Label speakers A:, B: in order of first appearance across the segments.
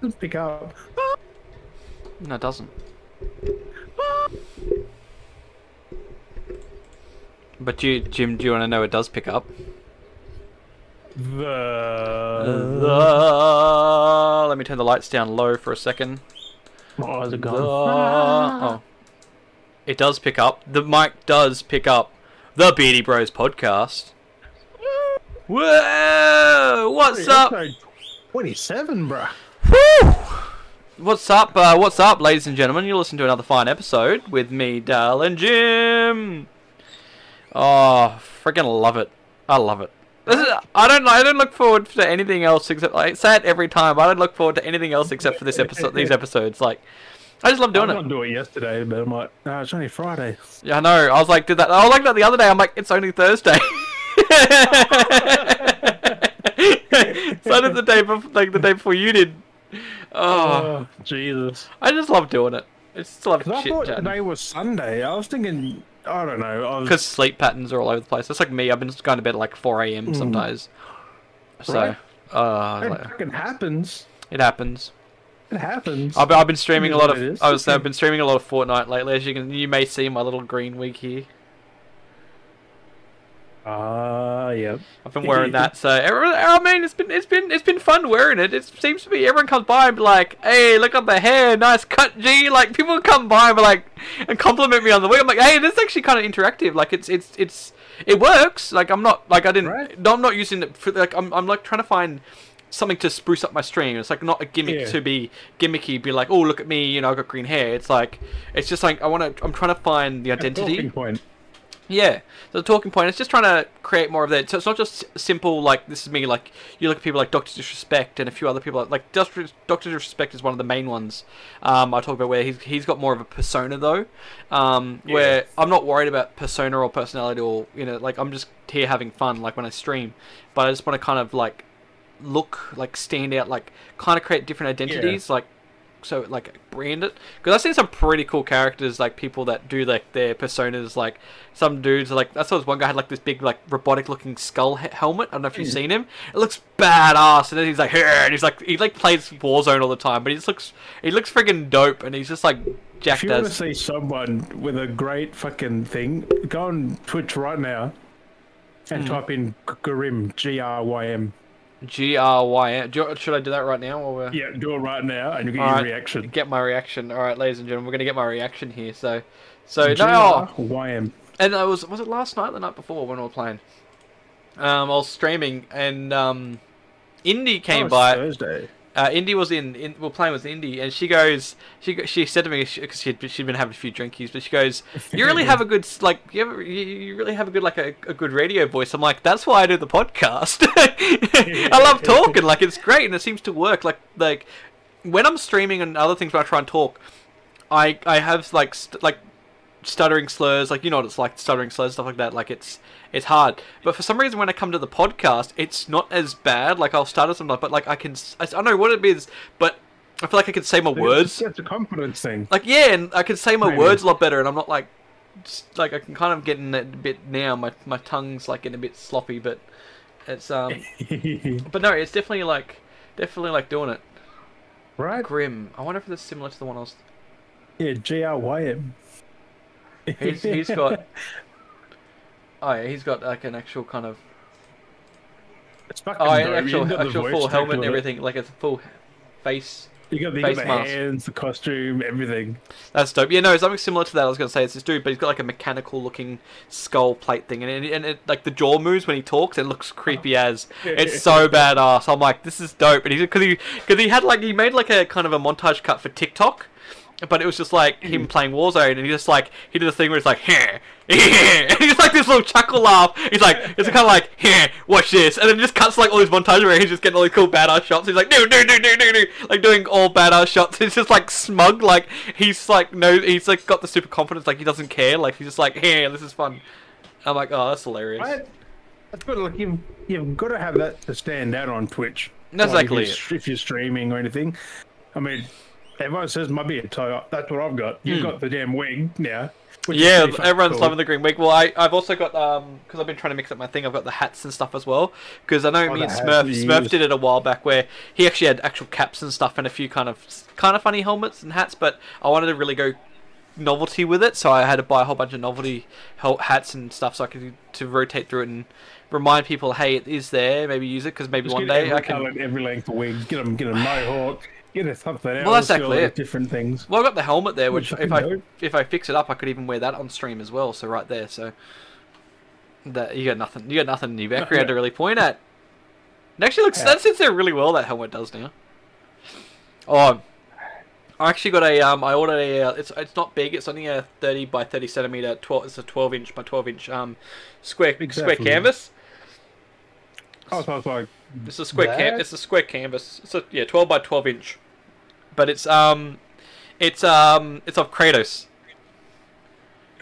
A: doesn't stick out.
B: No, it doesn't. But do you, Jim, do you want to know it does pick up?
A: The.
B: The- Let me turn the lights down low for a second.
A: Oh, is it
B: The-
A: gone?
B: Oh. It does pick up. The mic does pick up the Beardy Bros podcast. Whoa! What's up?
A: Episode 27, bruh.
B: Woo! What's up? Uh, what's up, ladies and gentlemen? You listen to another fine episode with me, Dal and Jim. Oh, freaking love it! I love it. This is, I don't. I don't look forward to anything else except. I say it every time. I don't look forward to anything else except for this episode. These episodes, like, I just love
A: I was
B: doing
A: going to
B: it.
A: do it yesterday, but I'm like, no, it's only Friday.
B: Yeah, I know. I was like, did that. I was like that the other day. I'm like, it's only Thursday. so did the day before, like the day before you did. Oh.
A: Oh, Jesus.
B: I just love doing it. I just love
A: Because I
B: shit
A: thought today was Sunday. I was thinking, I don't know. I was,
B: Because sleep patterns are all over the place. That's like me. I've been just going to bed at like 4 a.m. sometimes. So,
A: Mm. Right.
B: uh,
A: it
B: like,
A: fucking happens.
B: it happens.
A: It happens.
B: I've, I've been streaming a
A: It is
B: lot
A: what it is.
B: of. I was, I've been streaming a lot of Fortnite lately. As you can, you may see my little green wig here.
A: Ah, yeah.
B: I've been wearing that. So, everyone, I mean, it's been it's been it's been fun wearing it. It seems to be everyone comes by and be like, "Hey, look at the hair, nice cut, G." Like people come by and be like, and compliment me on the wig. I'm like, "Hey, this is actually kind of interactive. Like it's it's it's it works. Like I'm not like I didn't.
A: Right.
B: No, I'm not using it. For, like I'm I'm like trying to find." Something to spruce up my stream. It's like not a gimmick
A: Yeah.
B: to be gimmicky, be like, oh look at me, you know, I have got green hair. It's like, it's just like I want to. I'm trying to find the identity.
A: Talking point.
B: Yeah, so the talking point is just trying to create more of that. So it's not just s- simple like this is me. Like you look at people like Doctor Disrespect and a few other people like, like Doctor Disrespect is one of the main ones. Um, I talk about where he's he's got more of a persona though, um, where I'm not worried about persona or personality or you know like I'm just here having fun like when I stream, but I just want to kind of like look like stand out like kind of create different identities like so like brand it because I've seen some pretty cool characters like people that do like their personas like some dudes are like I saw this one guy had like this big like robotic looking skull he- helmet I don't know if you've
A: Hmm.
B: seen him it looks badass and then he's like "Hey," and he's like he like plays Warzone all the time but he just looks he looks freaking dope and he's just like
A: If
B: jacked
A: you want to
B: as
A: see someone with a great fucking thing, go on Twitch right now
B: Hmm.
A: and type in Grim, G R Y M.
B: G R Y N Do you- should I do that right now or we're...
A: Yeah, do it right now and you get
B: All
A: your
B: right,
A: reaction.
B: get my reaction all right ladies and gentlemen we're gonna get my reaction here so so
A: G
B: no
A: R Y M.
B: And I was was it last night, or the night before when we were playing? Um, I was streaming and um, Indy came
A: Oh, it's
B: by.
A: Thursday.
B: Uh, Indy was in, in. We are playing with Indy, and she goes. She go- she said to me because she'd, she'd been having a few drinkies, but she goes, "You really have a good s- like. You, ever, you, you really have a good like a, a good radio voice." I'm like, "That's why I do the podcast. I love talking. Like it's great, and it seems to work. Like like when I'm streaming and other things, when I try and talk, I I have like st- like stuttering slurs, like you know what it's like stuttering slurs, stuff like that. Like it's it's hard. But for some reason, when I come to the podcast, it's not as bad. Like I'll stutter sometimes, but like I can, s- I, s- I don't know what it is, but I feel like I can say my words.
A: It's a confidence thing.
B: Like yeah, and I can say my
A: Maybe.
B: words a lot better, and I'm not like, s- like I can kind of get in a bit now. My my tongue's like getting a bit sloppy, but it's um, but no, it's definitely like definitely like doing it.
A: right?
B: Grim. I wonder if it's similar to the one I was.
A: Yeah, G R Y M.
B: He's, he's got. Oh yeah, he's got like an actual kind of
A: It's fucking
B: Oh,
A: dope.
B: yeah, an
A: You
B: actual,
A: got the
B: actual
A: voice
B: full
A: track
B: helmet
A: on
B: and
A: it.
B: everything. Like it's a full face.
A: You got the, you
B: Face
A: got the
B: mask.
A: hands, the costume, everything.
B: That's dope. Yeah, no, something similar to that. I was gonna say it's this dude, but he's got like a mechanical looking skull plate thing, and it, and it, like the jaw moves when he talks. It looks creepy
A: Uh-huh.
B: as. It's so badass. I'm like, this is dope. And he because he because he had like he made like a kind of a montage cut for TikTok. But it was just like
A: Mm.
B: him playing Warzone, and he just like he did a thing where it's like, "Heh, heh," and he's like this little chuckle laugh. He's like, it's kind of like, "Heh, watch this," and then it just cuts like all these montages where he's just getting all these cool badass shots. He's like, "No, no, no, no, no, no," like doing all badass shots. It's just like smug, like he's like no, he's like got the super confidence, like he doesn't care, like he's just like, "Heh, this is fun." I'm like, oh, that's hilarious.
A: Right? That's good. Like you've you've got to have that to stand out on Twitch.
B: That's
A: Like, if
B: exactly
A: you're, if you're streaming or anything, I mean, Everyone says my beard, so that's what I've got. You've
B: Hmm.
A: got the damn wig now. which is
B: Yeah,
A: pretty fucking
B: everyone's
A: cool.
B: loving the green wig. Well, I, I've also got um because I've been trying to mix up my thing. I've got the hats and stuff as well because I know me
A: Oh, the
B: and
A: hats
B: Smurf
A: we
B: Smurf
A: use.
B: did it a while back where he actually had actual caps and stuff and a few kind of kind of funny helmets and hats. But I wanted to really go novelty with it, so I had to buy a whole bunch of novelty hel- hats and stuff so I could to rotate through it and remind people, hey, it is there. Maybe use it because maybe
A: Just
B: one
A: get
B: day
A: every
B: I can.
A: coloured, every length of wig. Get them, get a mohawk. Get a something else.
B: Well, that's
A: get all
B: actually
A: these
B: it.
A: Different things.
B: Well, I got the helmet there, which if
A: fucking
B: I
A: dope.
B: if I fix it up, I could even wear that on stream as well. So right there, so that you got nothing, you got nothing new back to really point at. It actually looks that sits there really well. That helmet does now. Oh, I actually got a um, I ordered a uh, it's it's not big. It's only a thirty by thirty centimeter twelve. It's a twelve inch by twelve inch um square
A: Exactly.
B: square canvas.
A: Oh, so I was like,
B: It's a square
A: That-
B: cam- It's a square canvas. It's a yeah, twelve by twelve inch, but it's um, it's um, it's of Kratos.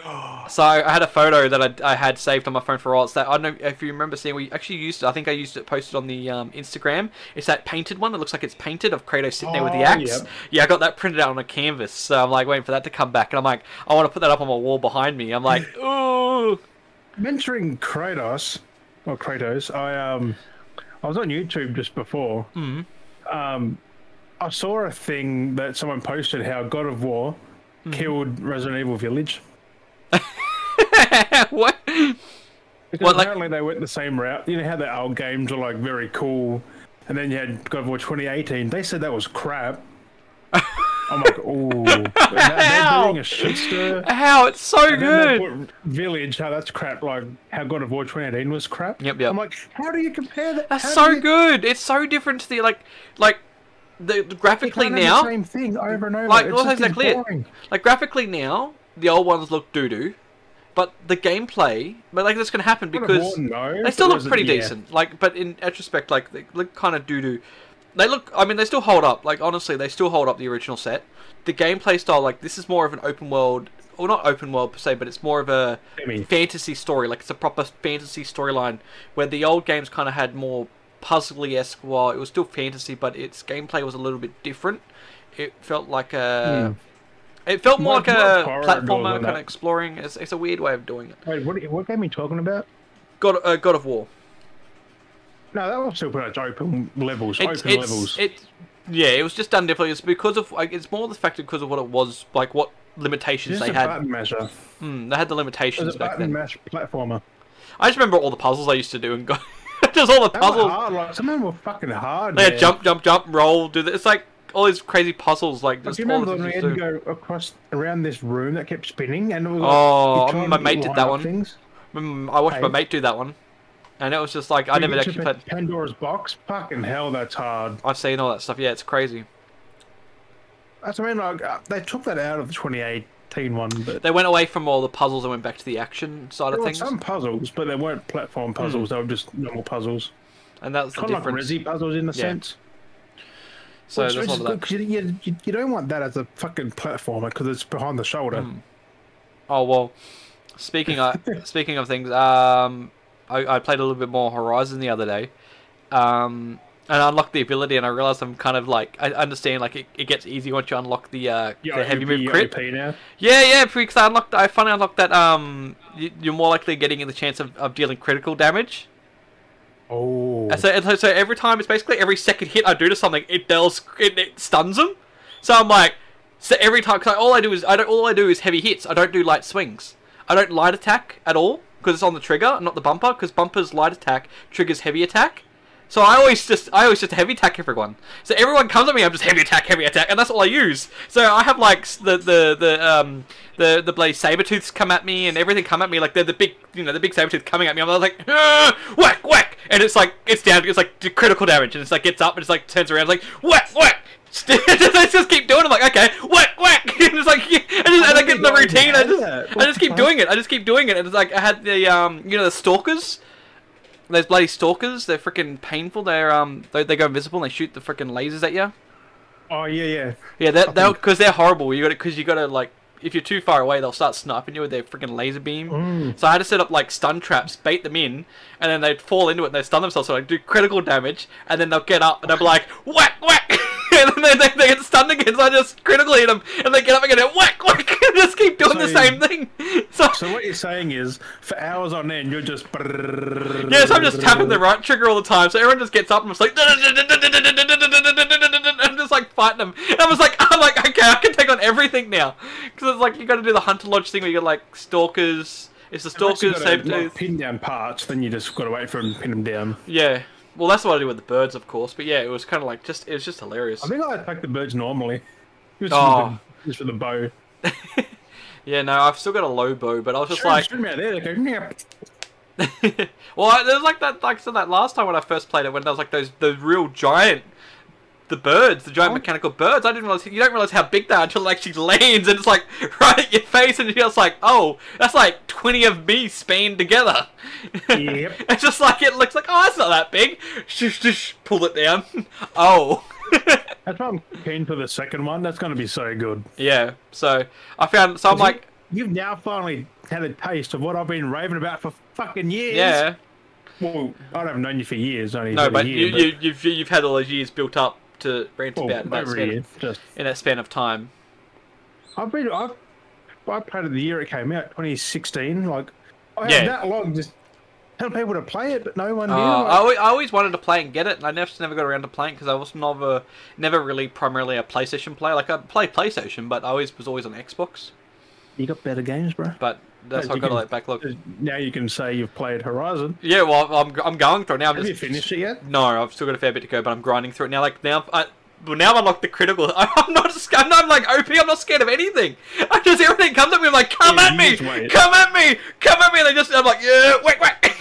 A: Oh.
B: So I had a photo that I, I had saved on my phone for a while. It's that I don't know if you remember seeing. We actually used. it. I think I used it posted on the um, Instagram. It's that painted one that looks like it's painted of Kratos sitting there with the
A: Oh,
B: axe.
A: yep.
B: Yeah, I got that printed out on a canvas. So I'm like waiting for that to come back, and I'm like, I want to put that up on my wall behind me. I'm like, ooh.
A: mentoring Kratos or Kratos, I um, I was on YouTube just before.
B: Mm-hmm.
A: Um, I saw a thing that someone posted how God of War
B: Mm-hmm.
A: killed Resident Evil Village.
B: what?
A: Because
B: Well, like-
A: apparently they went the same route. You know how the old games are like very cool, and then you had God of War 2018. They said that was crap. I'm like, ooh, They're- they're doing a shit stir.
B: How it's so
A: Then they
B: good.
A: put Village, how that's crap. Like how God of War 2018 was crap.
B: Yep, yep.
A: I'm like, how do you compare that?
B: That's
A: how do
B: so
A: you-
B: good. It's so different to the like, like the, the
A: you
B: graphically
A: can't have
B: now.
A: the same thing over and over.
B: Like,
A: It's
B: well,
A: just
B: exactly it.
A: boring.
B: Like graphically now, the old ones look doo doo, but the gameplay, but like that's gonna happen
A: God of War,
B: because
A: no,
B: they
A: but
B: still look
A: Resident-
B: pretty
A: yeah.
B: decent. Like, but in retrospect, like they look kind of doo doo. They look. I mean, they still hold up. Like honestly, they still hold up the original set. The gameplay style, like this, is more of an open world. Well, not open world per se, but it's more of a
A: Semi.
B: fantasy story. Like it's a proper fantasy storyline where the old games kind of had more puzzly esque. While it was still fantasy, but its gameplay was a little bit different. It felt like a. It felt more
A: More-
B: like
A: more
B: a
A: Hmm. horror more
B: platformer
A: than
B: kind of
A: that.
B: exploring. It's, it's a weird way of doing it.
A: Wait, what, are you- what game are you talking about?
B: God, uh, God of War.
A: No, that was still pretty much open levels.
B: It's-
A: open
B: it's-
A: levels.
B: It, yeah, it was just done differently. It's because of like, it's more the fact because of what it was like what limitations
A: It's
B: they
A: just a
B: had.
A: button masher.
B: Mm, they had the
A: It
B: limitations
A: was a
B: back
A: button
B: then.
A: mash platformer.
B: I just remember all the puzzles I used to do and go just all the
A: They were
B: puzzles.
A: hard, like, some of them were fucking hard.
B: They had
A: man.
B: jump, jump, jump, roll. Do the, it's like all these crazy puzzles like
A: Like,
B: just
A: Do you
B: all
A: remember
B: the
A: when we
B: things
A: had
B: you
A: to
B: do.
A: go across around this room that kept spinning and it was like,
B: Oh,
A: you
B: I
A: trying
B: remember
A: to
B: my mate did
A: line
B: that
A: up
B: one.
A: Things.
B: Mm, I watched my
A: Hey.
B: mate do that one, and it was just like I
A: You
B: never
A: get to
B: actually
A: Pan-
B: played.
A: Pandora's box. Fucking hell, that's hard.
B: I've seen all that stuff. Yeah, it's crazy.
A: That's what I mean. Like uh, they took that out of the 2018 one, but
B: They went away from all the puzzles and went back to the action side
A: there
B: of
A: were
B: things,
A: some puzzles, but they weren't platform puzzles. They were just normal puzzles.
B: and that was the
A: Kind of like
B: difference.
A: Resi puzzles in a sense.
B: so
A: Which-
B: there's
A: which
B: all
A: is
B: of
A: good
B: that.
A: 'cause you, you, you don't want that as a fucking platformer because it's behind the shoulder.
B: Hmm. Oh well, speaking of speaking of things, um, I, I played a little bit more Horizon the other day, um, and I unlocked the ability, and I realized I'm kind of like I understand like it, it gets easy once you unlock the uh, the heavy
A: OP,
B: move crit.
A: OP now.
B: Yeah, yeah, because I unlocked I finally unlocked that um, you, you're more likely getting the chance of, of dealing critical damage.
A: Oh,
B: And so, and so- so every time, it's basically every second hit I do to something, it deals, it, it stuns them. So I'm like, so every time, cause I, all I do is I don't, all I do is heavy hits. I don't do light swings. I don't light attack at all because it's on the trigger, not the bumper, because bumper's light attack triggers heavy attack. So I always just, I always just heavy attack everyone. So everyone comes at me, I'm just heavy attack, heavy attack, and that's all I use. So I have like s- the the the um the the blade saber tooths come at me and everything come at me like they're the big you know the big saber tooth coming at me. I'm like "Ah, whack whack, and it's like it's down, it's like d- critical damage, and it's like gets up and it's like turns around, it's like whack whack. I just keep doing. it. I'm like, okay, whack whack, and it's like, yeah, and, just, and I get in the
A: didn't
B: routine.
A: know
B: I just,
A: that.
B: I
A: What
B: just
A: the
B: keep
A: fuck?
B: doing it. I just keep doing it, and it's like I had the um, you know, the stalkers those bloody stalkers, they're freaking painful. They're um, they, they go invisible and they shoot the freaking lasers at you.
A: oh yeah, yeah.
B: Yeah, that that because they're horrible. You got to because you got to like if you're too far away, they'll start sniping you with their freaking laser beam. So I had to set up like stun traps, bait them in, and then they'd fall into it and they stun themselves. So I do critical damage, and then they'll get up and they'll be like whack whack. and and then they, they get stunned again. So I just critical hit them, and they get up again and whack whack, and just keep doing the
A: So-
B: same thing. So,
A: So what you're saying is, for hours on end, you're just.
B: yeah, so I'm just tapping the right trigger all the time. So everyone just gets up and it's like, I'm just like fighting them. And I was like, I'm like, okay, I can take on everything now, because it's like you got to do the hunter lodge thing where you got like stalkers. It's the
A: Unless you've
B: stalkers,
A: got
B: saber
A: to, like,
B: tooth.
A: pin down parts, then you just got to wait for them to pin them down.
B: Yeah. Well, that's what I do with the birds, of course. But yeah, it was kind of like just it was just hilarious.
A: I think I attack the birds normally. Just,
B: Oh.
A: for, the, just for the bow.
B: yeah, no, I've still got a low bow, but I was just
A: Shoot,
B: like,
A: shoot 'em out there. They go, "Meow."
B: well, I- there's like that, like I said that last time when I first played it, when there was like those the real giant, the birds, the
A: Oh.
B: giant mechanical birds. I didn't realize you don't realize how big they are until it actually lands and it's like right at your face, and you're just like, oh, that's like twenty of me spanned together.
A: Yep.
B: it's just like it looks like oh, that's not that big. Shush, shush, pull it down. oh.
A: That's why I'm keen for the second one. That's going to be so good.
B: yeah. So I found so I'm like.
A: You've now finally had a taste of what I've been raving about for fucking years.
B: Yeah,
A: Well, I haven't known you for years. Only
B: no,
A: for
B: but
A: a
B: you,
A: year, Oh,
B: you, you've you've had all those years built up to rant
A: well,
B: about in that,
A: over a
B: span
A: year,
B: of,
A: just
B: in that span of time.
A: I've been I've I played it the year it came out, 2016. Like I
B: Yeah.
A: had that long just telling people to play it, but no one
B: Uh,
A: knew.
B: I,
A: like,
B: always, I always wanted to play and get it, and I just never got around to playing because I was never never really primarily a PlayStation player. Like I play PlayStation, but I always was always on Xbox.
A: you got better games, bro.
B: But that's
A: But
B: how I
A: you
B: got all
A: can-
B: that backlog.
A: Now you can say you've played Horizon.
B: Yeah, well, I'm I'm going through it now. I'm
A: Have
B: just
A: you finished it yet?
B: No, I've still got a fair bit to go, but I'm grinding through it now. Like now, I well now I'm like the critical. I'm not scared. I'm not, like OP. I'm not scared of anything. I just everything comes at me. I'm like, come
A: Yeah,
B: at
A: you
B: me,
A: just wait.
B: come at me, come at me. And they just I'm like, yeah, whack whack.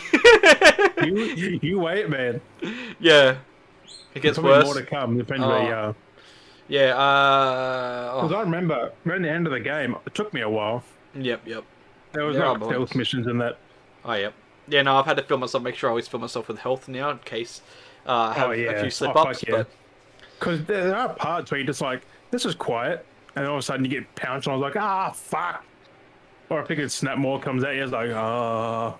A: You, you, you wait, man.
B: yeah, it gets
A: Probably
B: worse.
A: more to come, depending
B: Oh.
A: where you are.
B: Yeah. Uh.
A: Because
B: Oh,
A: I remember around the end of the game, it took me a while.
B: yep. Yep.
A: There was
B: There are
A: no
B: moments.
A: stealth missions in that.
B: Oh yep. Yeah. No, I've had to film myself. Make sure I always film myself with health now in case uh, I have
A: Oh, yeah.
B: a few slip
A: Oh, fuck
B: ups.
A: yeah.
B: But
A: Because there there are parts where you're just like, this is quiet. And all of a sudden you get pounced, and I was like, ah, fuck. Or I think it's Snap More comes out, you're like, oh.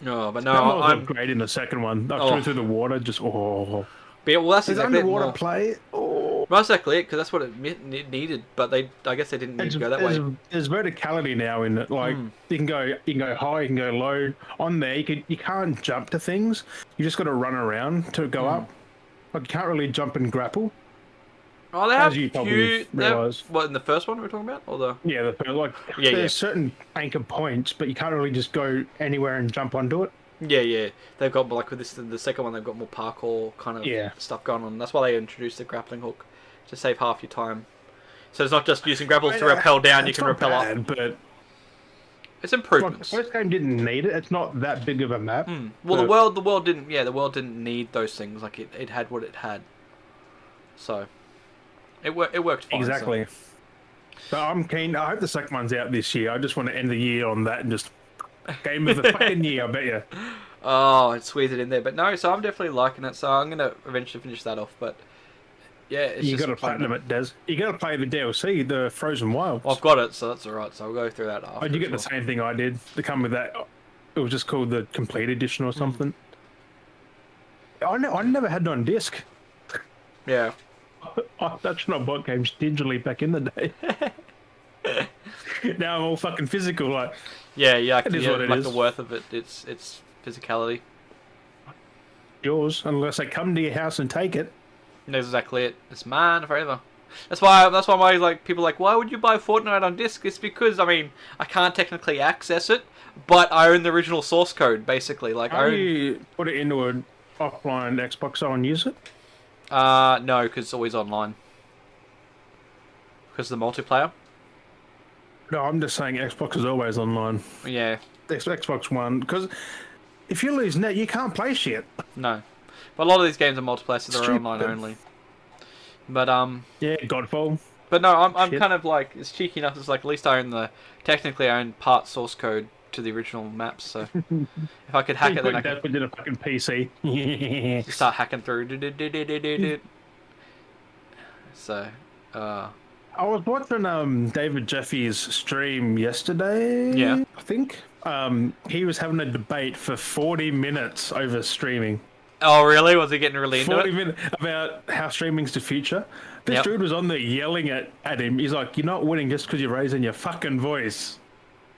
B: no, but
A: That
B: no,
A: was
B: Oh, I'm.
A: great in the second one. I
B: Oh.
A: threw through the water, just oh.
B: Yeah, well, that's
A: Is
B: exactly it.
A: underwater
B: No.
A: play? Oh.
B: Well, that's exactly it, because that's what it me- ne- needed. But they, I guess, they didn't need
A: There's,
B: to go that way. Hmm.
A: there's, there's verticality now in it. Like you can go, you can go high, you can go low. On there, you can you can't jump to things. You just got to run around to
B: Hmm.
A: go up. Like you can't really jump and grapple.
B: Oh, they have
A: you probably
B: few. They have,
A: realise.
B: what in the first one we were talking about, or the?
A: Yeah, the, like
B: Yeah,
A: there's
B: yeah.
A: certain anchor points, but you can't really just go anywhere and jump onto it.
B: Yeah, yeah. They've got like with this the second one, they've got more parkour kind of
A: Yeah.
B: stuff going on. That's why they introduced the grappling hook to save half your time. So it's not just using grapples to rappel down; you
A: It's
B: can
A: not
B: rappel up.
A: bad, But
B: It's
A: like, the
B: improvements.
A: first game didn't need it. It's not that big of a map.
B: Hmm. Well, the
A: but-
B: world, the world didn't. Yeah, the world didn't need those things. Like it, it had what it had. So, it worked. It worked fine. so-
A: Exactly. But I'm keen. I hope the second one's out this year. I just want to end the year on that and just game of the fucking year. I bet you.
B: Oh, it squeezed it in there, but no. So I'm definitely liking it. So I'm gonna eventually finish that off. But yeah, it's
A: You
B: just
A: got to platinum it, Des. You got to play the DLC, the Frozen Wilds.
B: Well, I've got it, so that's all right. So I'll go through that after.
A: Oh, you get the
B: as well.
A: same thing I did. To come with that, it was just called the Complete Edition
B: Hmm.
A: or something. I ne- I never had it on disc.
B: Yeah.
A: Oh, that's when I bought games digitally back in the day. now I'm all fucking physical. Like,
B: Yeah, yeah, I can
A: is
B: yeah,
A: what it
B: like the
A: is.
B: worth of it. It's it's physicality.
A: yours, unless they come to your house and take it.
B: That's exactly it. It's mine forever. That's why that's why my like people are like why would you buy Fortnite on disc? It's because I mean I can't technically access it, but I own the original source code basically. Like I
A: How
B: own,
A: do you put it into an offline Xbox so I can use it?
B: uh no because it's always online because the multiplayer.
A: No, I'm just saying Xbox is always online.
B: Yeah,
A: X- Xbox One, because if you lose net, you can't play shit.
B: no, but a lot of these games are multiplayer, so they're online
A: Stupid.
B: only. But um,
A: Yeah, Godfall.
B: But no, I'm, I'm
A: Shit.
B: kind of like it's cheeky enough. It's like at least I own the technically I own part source code to the original maps. So if I could hack it,
A: That's
B: then I
A: what
B: could
A: did a fucking PC.
B: start hacking through. Do, do, do, do, do, do, do. So, uh,
A: I was watching um David Jeffy's stream yesterday.
B: Yeah.
A: I think um he was having a debate for 40 minutes over streaming.
B: Oh, really? Was he getting really into
A: 40
B: it?
A: minutes about how streaming's the future. This
B: Yep.
A: dude was on there yelling at, at him. He's like, You're not winning just because you're raising your fucking voice.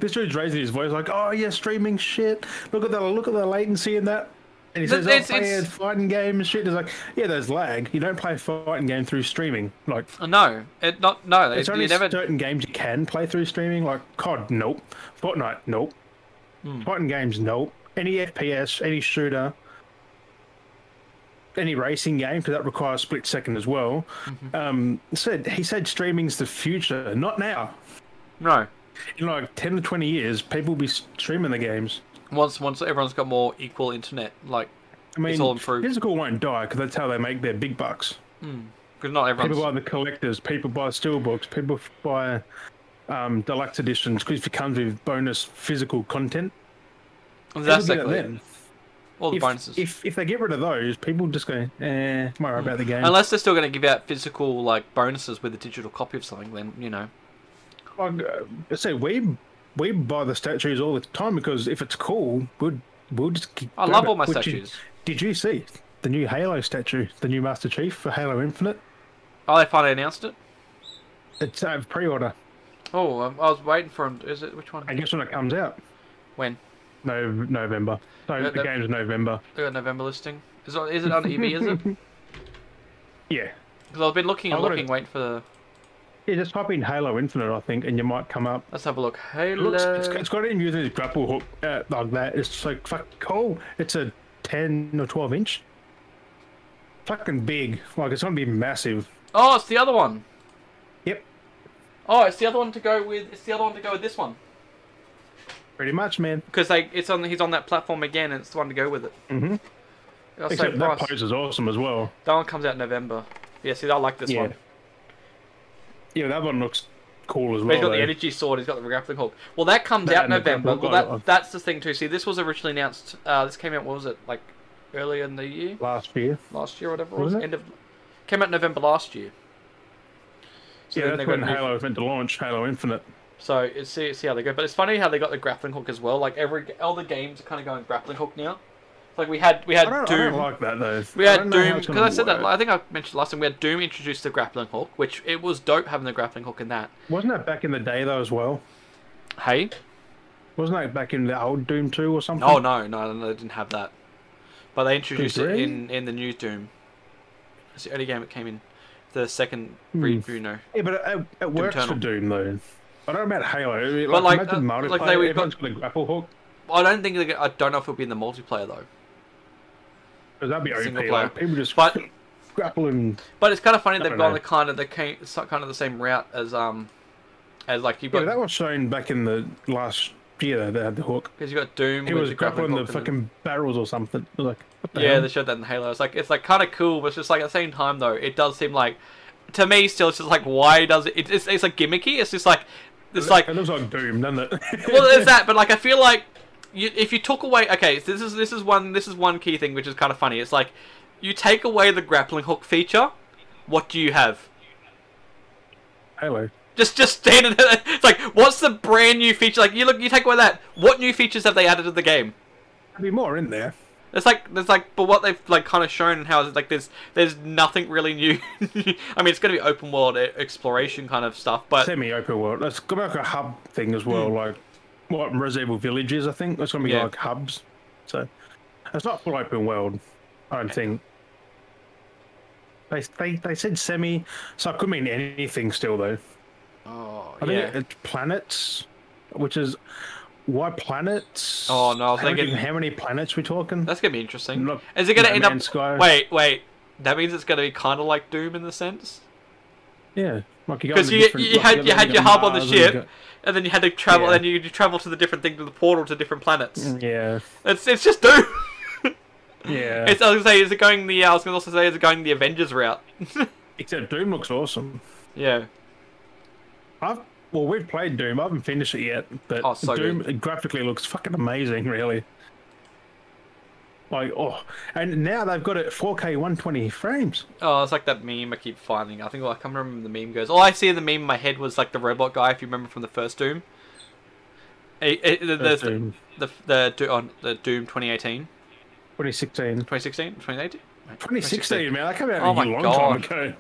A: This dude's raising his voice, like, Oh, yeah, streaming shit. Look at the look at the latency in that. And he
B: Th-
A: says, I'm
B: it's- it's-
A: playing fighting game and shit. He's like, Yeah, there's lag. You don't play a fighting game through streaming. Like,
B: Oh, No, it not. No,
A: it's
B: it,
A: only mm.
B: you never.
A: certain games you can play through streaming, like COD, nope. Fortnite, nope.
B: Hmm.
A: Fighting games, nope. Any FPS, any shooter, any racing game, because that requires split second as well.
B: Mm-hmm.
A: Um, said he said streaming's the future, not now.
B: No.
A: In like ten to twenty years, people will be streaming the games.
B: Once, once everyone's got more equal internet, like
A: I mean,
B: all improved.
A: physical won't die because that's how they make their big bucks.
B: because not everyone's.
A: People buy the collectors. People buy steelbooks. People f- buy um, deluxe editions because it comes with bonus physical content.
B: that's
A: People do that
B: exactly it.
A: then.
B: all the
A: if,
B: bonuses.
A: If, if they get rid of those, people just go, eh, am I right about the game?
B: Unless they're still going to give out physical like bonuses with a digital copy of something, then you know.
A: like, uh, I say we we buy the statues all the time because if it's cool, we'll we'll just. Keep
B: I
A: doing
B: love
A: it.
B: all my
A: Which you-
B: statues.
A: did you see the new Halo statue, the new Master Chief for Halo Infinite?
B: Oh, they finally announced it.
A: It's out of pre-order.
B: Oh, um, I was waiting for him. Is it which one?
A: I guess when it comes out,
B: When
A: no November. So
B: Yeah,
A: the
B: that-
A: game's November.
B: they got a November listing. Is it, is it on EB? Is it?
A: Yeah.
B: Because I've been looking and
A: I wanna-
B: looking, waiting for the.
A: Yeah, just type in Halo Infinite, I think, and you might come up.
B: Let's have a look.
A: It
B: Halo.
A: looks, it's, it's got him using his grapple hook uh, like that. It's so fuck cool. It's a 10 or 12 inch. Fucking big. Like, it's going to be massive.
B: Oh, it's the other one.
A: Yep,
B: Oh, it's the other one to go with. It's the other one to go with this one.
A: pretty much, man.
B: Because they, it's on. He's on that platform again, and it's the one to go with it.
A: Mhm.
B: I'll say
A: Except that
B: price.
A: pose is awesome as well.
B: That one comes out in November. Yeah, see, I like this
A: Yeah.
B: one.
A: Yeah, that one looks cool as
B: But
A: well.
B: he's got the
A: though.
B: energy sword. He's got the grappling hook. Well, that comes
A: That
B: out
A: and the
B: November.
A: grappling
B: Well,
A: hook, I-
B: that, that's the thing too. See, this was originally announced. Uh, this came out. What was it like? Earlier in the year,
A: Last year.
B: last year, or whatever it was.
A: Was it?
B: End of came out November last year. So
A: yeah,
B: then they
A: that's
B: got
A: when
B: a new-
A: Halo was meant to launch, Halo Infinite.
B: So it's see, see how they go. But it's funny how they got the grappling hook as well. Like every all the games are kind of going grappling hook now. Like we had we
A: I
B: had
A: don't, I don't
B: Doom.
A: like that, though.
B: We
A: I
B: had
A: don't know how
B: Doom
A: it's
B: because
A: gonna
B: I said that.
A: work.
B: I think I mentioned last time. We had Doom introduced the grappling hook, which it was dope having the grappling hook in that.
A: Wasn't that back in the day, though, as well?
B: Hey,
A: Wasn't that back in the old Doom 2 or something?
B: oh no, no, no, they didn't have that. But they introduced it
A: really?
B: in in the new Doom. It's the only game that came in the second
A: Hmm.
B: reboot. No,
A: Yeah, but it, it works
B: Eternal.
A: for Doom though. I don't know about Halo. Like,
B: But, like,
A: imagine
B: uh,
A: multiplayer.
B: like, they were-
A: everyone's got a grapple hook.
B: I don't think. They're, gonna- I don't know if it'll be in the multiplayer though.
A: Because that'd be
B: Single
A: OP.
B: player.
A: Like, people just
B: But
A: grapple and
B: But it's kind of funny
A: I
B: they've
A: don't
B: gone
A: know.
B: the kind of the kind kind of the same route as um as like you
A: yeah,
B: got
A: that was shown back in the last year. though, They had the hook.
B: because you got Doom.
A: He
B: with
A: was
B: the
A: grappling the
B: hook and
A: fucking barrels or something. It was Like what the
B: yeah,
A: hell?
B: they showed that in Halo. It's like it's like kind of cool, but it's just like at the same time though, it does seem like to me still it's just like why does it? It's it's like gimmicky. It's just like it's like
A: it looks like Doom, doesn't it?
B: well, there's that, but like I feel like you, if you took away, okay, so this is this is one this is one key thing which is kind of funny. It's like you take away the grappling hook feature, what do you have?
A: Halo.
B: Just just standing there. It's like, what's the brand new feature? Like you look, you take away that. What new features have they added to the game?
A: There'd be more in there.
B: It's like there's like, but what they've like kind of shown and how it's like there's there's nothing really new. I mean, it's gonna be open world e- exploration kind of stuff, but
A: Semi open world. That's got like a hub thing as well. Like what Resident Evil Village is, I think. That's gonna be
B: Hmm. Yeah.
A: like hubs. So it's not full open world. I don't think. They, they, they said semi, so it could mean anything still though.
B: oh
A: I
B: yeah,
A: think it's planets, which is why planets?
B: Oh, no, I was
A: how many,
B: thinking-
A: how many planets we talking?
B: that's gonna be interesting.
A: Look,
B: Is it gonna
A: No
B: end up?
A: Man's Sky.
B: Wait, wait. That means it's gonna be kind of like Doom in the sense.
A: yeah, like you go
B: Because
A: into
B: you,
A: different-
B: you
A: like,
B: had you
A: go
B: had
A: to
B: your hub on the
A: Mars and you
B: ship, and then you had to travel,
A: Yeah. Mm.
B: and you, you travel to the different thing to the portal to different planets.
A: go- yeah,
B: It's it's just Doom.
A: yeah.
B: It's, I was gonna say, is it going the? I was gonna also say, is it going the Avengers route?
A: Except Doom looks awesome.
B: yeah.
A: I've well, we've played Doom. I haven't finished it yet, but
B: Oh, so
A: Doom graphically looks fucking amazing. Really, like oh, and now they've got it 4K 120 frames.
B: Oh, it's like that meme I keep finding. I think well, I can't remember the meme goes. All I see in the meme in my head was like the robot guy, if you remember from the first Doom. Eh, eh, the,
A: That's
B: the,
A: Doom.
B: oh, the, the, Do- on the Doom 2018.
A: 2016.
B: 2016, 2018.
A: 2016, man. That came out
B: Oh
A: a
B: my
A: long
B: God.
A: time ago.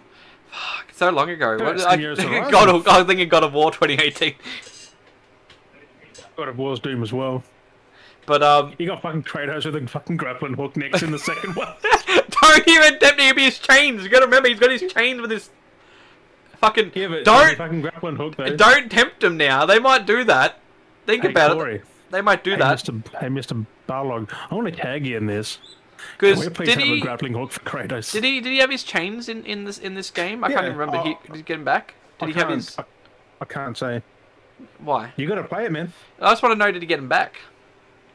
B: Fuck, So long ago. What,
A: it's
B: I,
A: the years of
B: God of, I was thinking God of War 2018.
A: God of War's Doom as well.
B: But um,
A: You got fucking Kratos with a fucking grappling hook next in the second one.
B: don't even attempt to give me his chains. You gotta remember, he's got his chains with his fucking.
A: Yeah, but
B: don't
A: fucking grappling hook though.
B: don't tempt him now. They might do that. Think
A: Hey,
B: about
A: Corey.
B: it. They might do
A: Hey,
B: that
A: Mr. Hey, Mr. Barlog, I want to tag you in this. Can
B: because
A: we please
B: did
A: have a
B: he
A: grappling hook for Kratos?
B: did he did he have his chains in in this in this game? I
A: Yeah,
B: can't even remember. he,
A: I-
B: did he get him back? Did
A: I
B: he have
A: can't-
B: his?
A: I, I can't say.
B: Why?
A: You got to play it, man.
B: I just want to know. Did he get him back?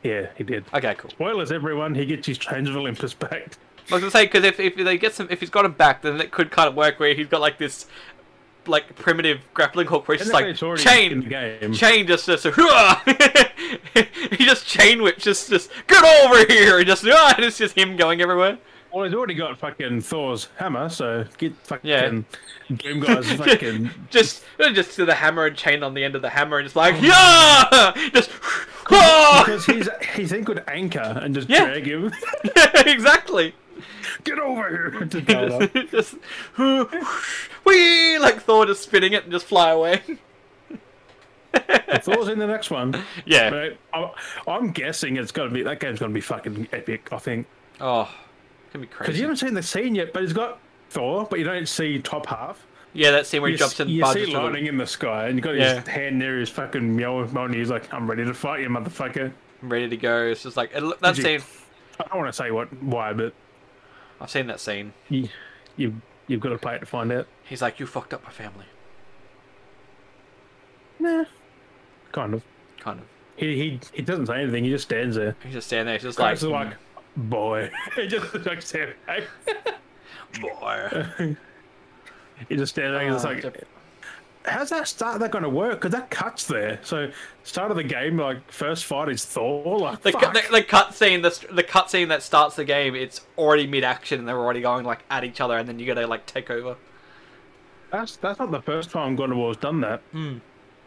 A: Yeah, he did.
B: Okay, cool.
A: Spoilers, everyone. He gets his Chains of Olympus back.
B: I was gonna say because if, if they get some, if he's got him back, then it could kind of work where he's got like this, like primitive grappling hook where it's just
A: And
B: like
A: it's already in the
B: chain,
A: game.
B: chain just just he just chain whips just just get over here and just "Hurrah!" and it's just him going everywhere.
A: Well, he's already got fucking Thor's hammer, so get fucking
B: Yeah.
A: Doom Guy's fucking.
B: just just to the hammer and chain on the end of the hammer and it's
A: Oh.
B: like yeah, just Oh,
A: Because he's he's in good anchor and just
B: Yeah.
A: drag him.
B: exactly.
A: Get over here! To Darla.
B: just, just whee, like Thor just spinning it and just fly away.
A: Thor's in the next one.
B: Yeah.
A: But I, I'm guessing it's gonna be that game's gonna be fucking epic. I think
B: Oh, it's gonna be
A: because
B: crazy.
A: you haven't seen the scene yet, but it's got Thor, but you don't see top half.
B: yeah, that scene where
A: You,
B: he jumps
A: s-
B: in
A: you see
B: barges. through the-
A: lightning in the sky, and you got
B: Yeah.
A: his hand near his fucking mjolnir. and He's like, "I'm ready to fight you, motherfucker."
B: I'm ready to go. It's just like it, lo- that
A: Did you-
B: scene.
A: I don't want to say what, why, but
B: I've seen that scene.
A: you, you you've got to play it to find out.
B: He's like, "You fucked up my family,"
A: Nah, kind of.
B: kind of.
A: He he he doesn't say anything. He just stands there.
B: He's just standing there. He's just
A: Like,
B: like, mm.
A: like, boy, he just like stand back.
B: "Boy."
A: He just stands there.
B: Oh,
A: He's just like,
B: it's
A: how's that start? That going to work? Because that cuts there. So start of the game, like first fight is Thor. Like
B: The, cu-
A: fuck.
B: the, the cut scene, the, st- the cut scene that starts the game, it's already mid action and they're already going like at each other, and then you gotta like take over.
A: that's that's not the first time God of War's done that.
B: Hmm.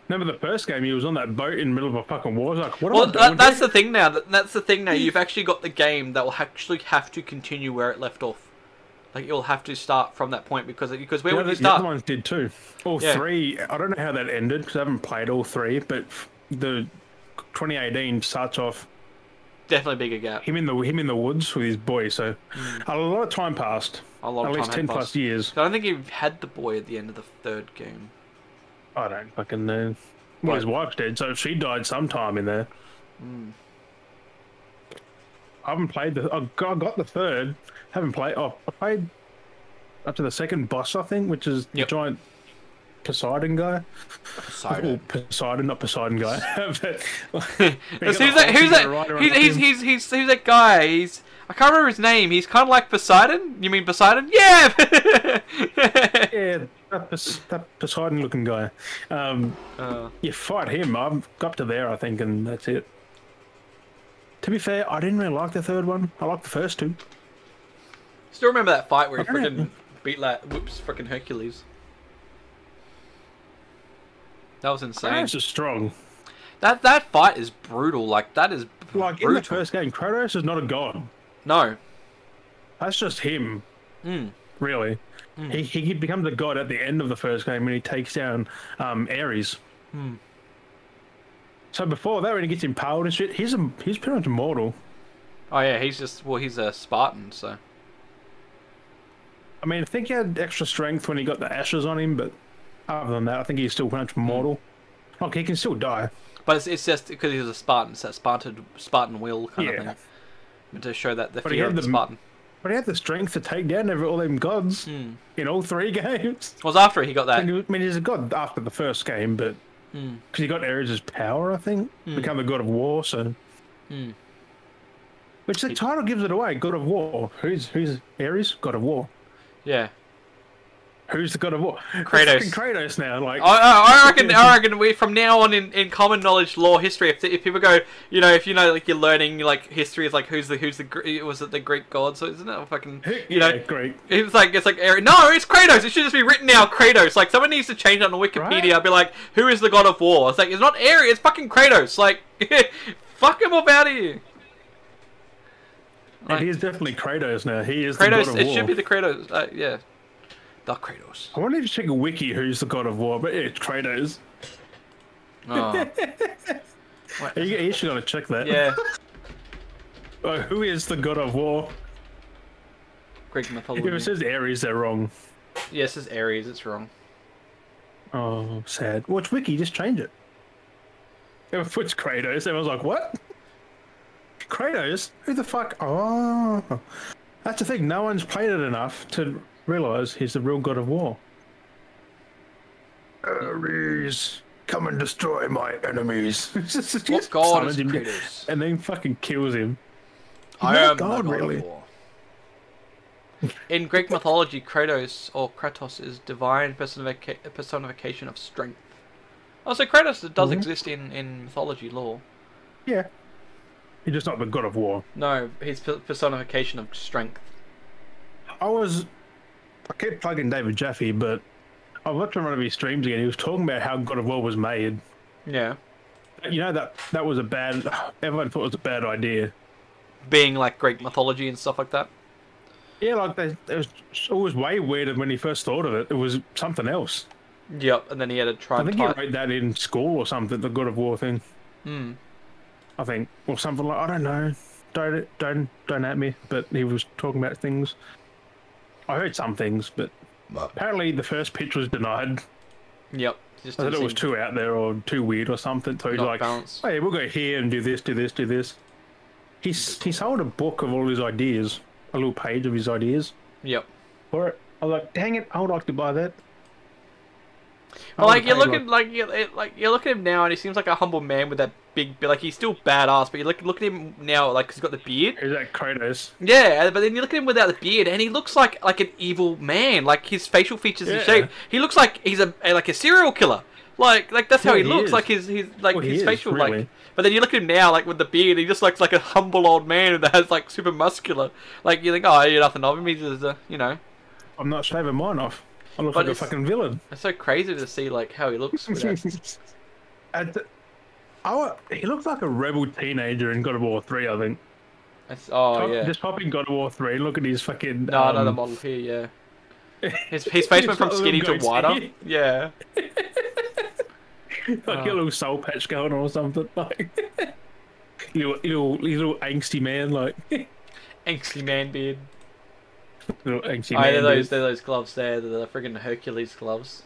A: Remember the first game? He was on that boat in the middle of a fucking war. It's like, what
B: Well,
A: am I
B: that,
A: doing?
B: that's
A: here?
B: the thing now. That, that's the thing
A: Hmm.
B: now. You've actually got the game that will actually have to continue where it left off. Like you'll have to start from that point because because where
A: The
B: would
A: other-
B: you
A: the
B: start?
A: other ones did too. All
B: Yeah.
A: three. I don't know how that ended because I haven't played all three. But f- the 2018 starts off
B: Definitely bigger gap.
A: him in the him in the woods with his boy. So a lot of time passed.
B: Hmm. A lot of
A: at
B: time
A: least
B: had
A: ten plus
B: passed.
A: years.
B: I don't think he had the boy at the end of the third game.
A: I don't fucking know. Well, his wife's dead, so she died sometime in there.
B: Hmm.
A: I haven't played the. I got, I got the third. Haven't played. Oh, I played up to the second boss, I think, which is
B: Yep.
A: the giant Poseidon guy. Or Poseidon, not Poseidon guy. but
B: Who's that? Who's that? He's, he's, he's, he's, who's that guy? He's I can't remember his name. He's kind of like Poseidon. You mean Poseidon? Yeah.
A: yeah, that, Pos- that Poseidon-looking guy. Um,
B: Uh,
A: You fight him. I've got to there, I think, and that's it. To be fair, I didn't really like the third one. I liked the first two.
B: still remember that fight where he
A: I don't
B: freaking
A: know.
B: beat like whoops freaking Hercules. That was insane.
A: Kratos is strong.
B: That that fight is brutal. Like that is
A: Like in
B: brutal.
A: the first game, Kratos is not a god.
B: no.
A: That's just him,
B: Mm.
A: really. He, he becomes a god at the end of the first game when he takes down um, Ares. So before that, when he gets impaled and shit, he's a, he's pretty much immortal.
B: Oh yeah, he's just well, he's a Spartan, so
A: I mean, I think he had extra strength when he got the ashes on him, but other than that, I think he's still pretty much mortal. Like he can still die.
B: but it's, it's just because he's a Spartan, it's that Spartan Spartan will kind
A: Yeah.
B: of thing. Meant to show that the
A: he
B: fear
A: had
B: of the
A: the-
B: Spartan.
A: But he had the strength to take down every, all them gods
B: Hmm.
A: in all three games.
B: It was after he
A: And
B: got that.
A: he was- I mean, he's a god after the first game, but
B: Hmm.
A: because he got Ares' power, I think, become the god of war. So,
B: Hmm.
A: which the title gives it away, god of war. Who's who's Ares? God of war.
B: Yeah.
A: Who's the god of war? It's
B: Kratos. Oh,
A: fucking Kratos now. Like,
B: I, I, I reckon. I reckon we from now on in, in common knowledge, law, history. If, if people go, you know, if you know, like you're learning, like history is like who's the who's the Gre- was it the Greek god? So isn't it fucking you
A: yeah,
B: know.
A: great.
B: It's like it's like Ari- no, it's Kratos. It should just be written now, Kratos. Like someone needs to change that on Wikipedia.
A: Right?
B: Be like, who is the god of war? It's like it's not Ares, it's fucking Kratos. Like, fuck him up out of here.
A: And he is definitely Kratos now. He is the god
B: Kratos.
A: of
B: It
A: war.
B: should be the Kratos. Uh, yeah, the Kratos.
A: I wonder if you check a wiki who's the god of war, but yeah, it's Kratos.
B: Oh.
A: You, you should gotta check that.
B: yeah,
A: Uh, who is the god of war?
B: Greek
A: If it
B: mythology.
A: says Ares, they're wrong.
B: Yes, it's Ares. It's wrong.
A: Oh, sad. Watch wiki, just change it. It puts Kratos. Everyone's like, what? Kratos? Who the fuck? Oh, that's the thing. No one's played it enough to realize he's the real god of war. Ares, come and destroy my enemies.
B: What
A: what
B: god is Kratos?
A: And then fucking kills him.
B: I
A: not
B: am
A: god,
B: the god
A: really.
B: of war. In Greek mythology, Kratos or Kratos is divine personifica- personification of strength. Oh, so Kratos
A: Mm-hmm.
B: does exist in, in mythology lore.
A: Yeah. He's just not the god of war.
B: No, he's per- personification of strength.
A: I was. I kept plugging David Jaffe, but I watched him one of his streams again. He was talking about how God of War was made.
B: Yeah,
A: You know that that was a bad. Everyone thought it was a bad idea.
B: being like Greek mythology and stuff like that.
A: Yeah, like they, it was it was way weirder when he first thought of it. It was something else.
B: Yep, and then he had to try
A: I
B: and
A: think
B: tie-
A: he wrote that in school or something. The God of War thing.
B: Hmm.
A: I think, or something like I don't know. Don't don't don't at me. But he was talking about things. I heard some things, but apparently the first pitch was denied.
B: Yep, just
A: I thought
B: didn't
A: it was
B: seem-
A: too out there or too weird or something. So he's
B: Not
A: like,
B: balanced.
A: "Hey, we'll go here and do this, do this, do this." He's he sold a book of all his ideas, a little page of his ideas
B: Yep.
A: for it. I was like, "Dang it, I would like to buy that." I
B: Well, like
A: would've
B: you're
A: paid,
B: looking like you it- like you look at him now, and he seems like a humble man with that big be- like he's still badass, but you look look at him now like he's got the beard.
A: Is that Kratos?
B: Yeah, but then you look at him without the beard, and he looks like like an evil man. Like his facial features and
A: Yeah.
B: shape, he looks like he's a a- like a serial killer. Like like that's how
A: Yeah,
B: he,
A: he
B: looks.
A: is.
B: Like his his like
A: Well, he
B: his
A: is,
B: facial like.
A: really.
B: But then you look at him now, like with the beard, he just looks like a humble old man that has like super muscular. Like you think, oh, you're nothing of him. He's just a you know.
A: I'm not shaving mine off. I look
B: But
A: like a
B: it's-
A: fucking villain.
B: It's so crazy to see like how he looks. without-
A: And th- I, wa- he looks like a rebel teenager in God of War Three. I think.
B: That's- oh
A: Pop-
B: yeah.
A: Just pop in God of War Three. Look at his fucking.
B: No, no, the
A: um,
B: model here, yeah. His, his face went
A: It's
B: from
A: not a
B: skinny to
A: little
B: wider.
A: goatee.
B: Yeah.
A: like a little soul patch going on or something. Like little, little, little angsty man, like
B: Angsty man beard.
A: little angsty
B: Oh, they're
A: man.
B: those,
A: dude.
B: they're those gloves there. They're the friggin' Hercules gloves.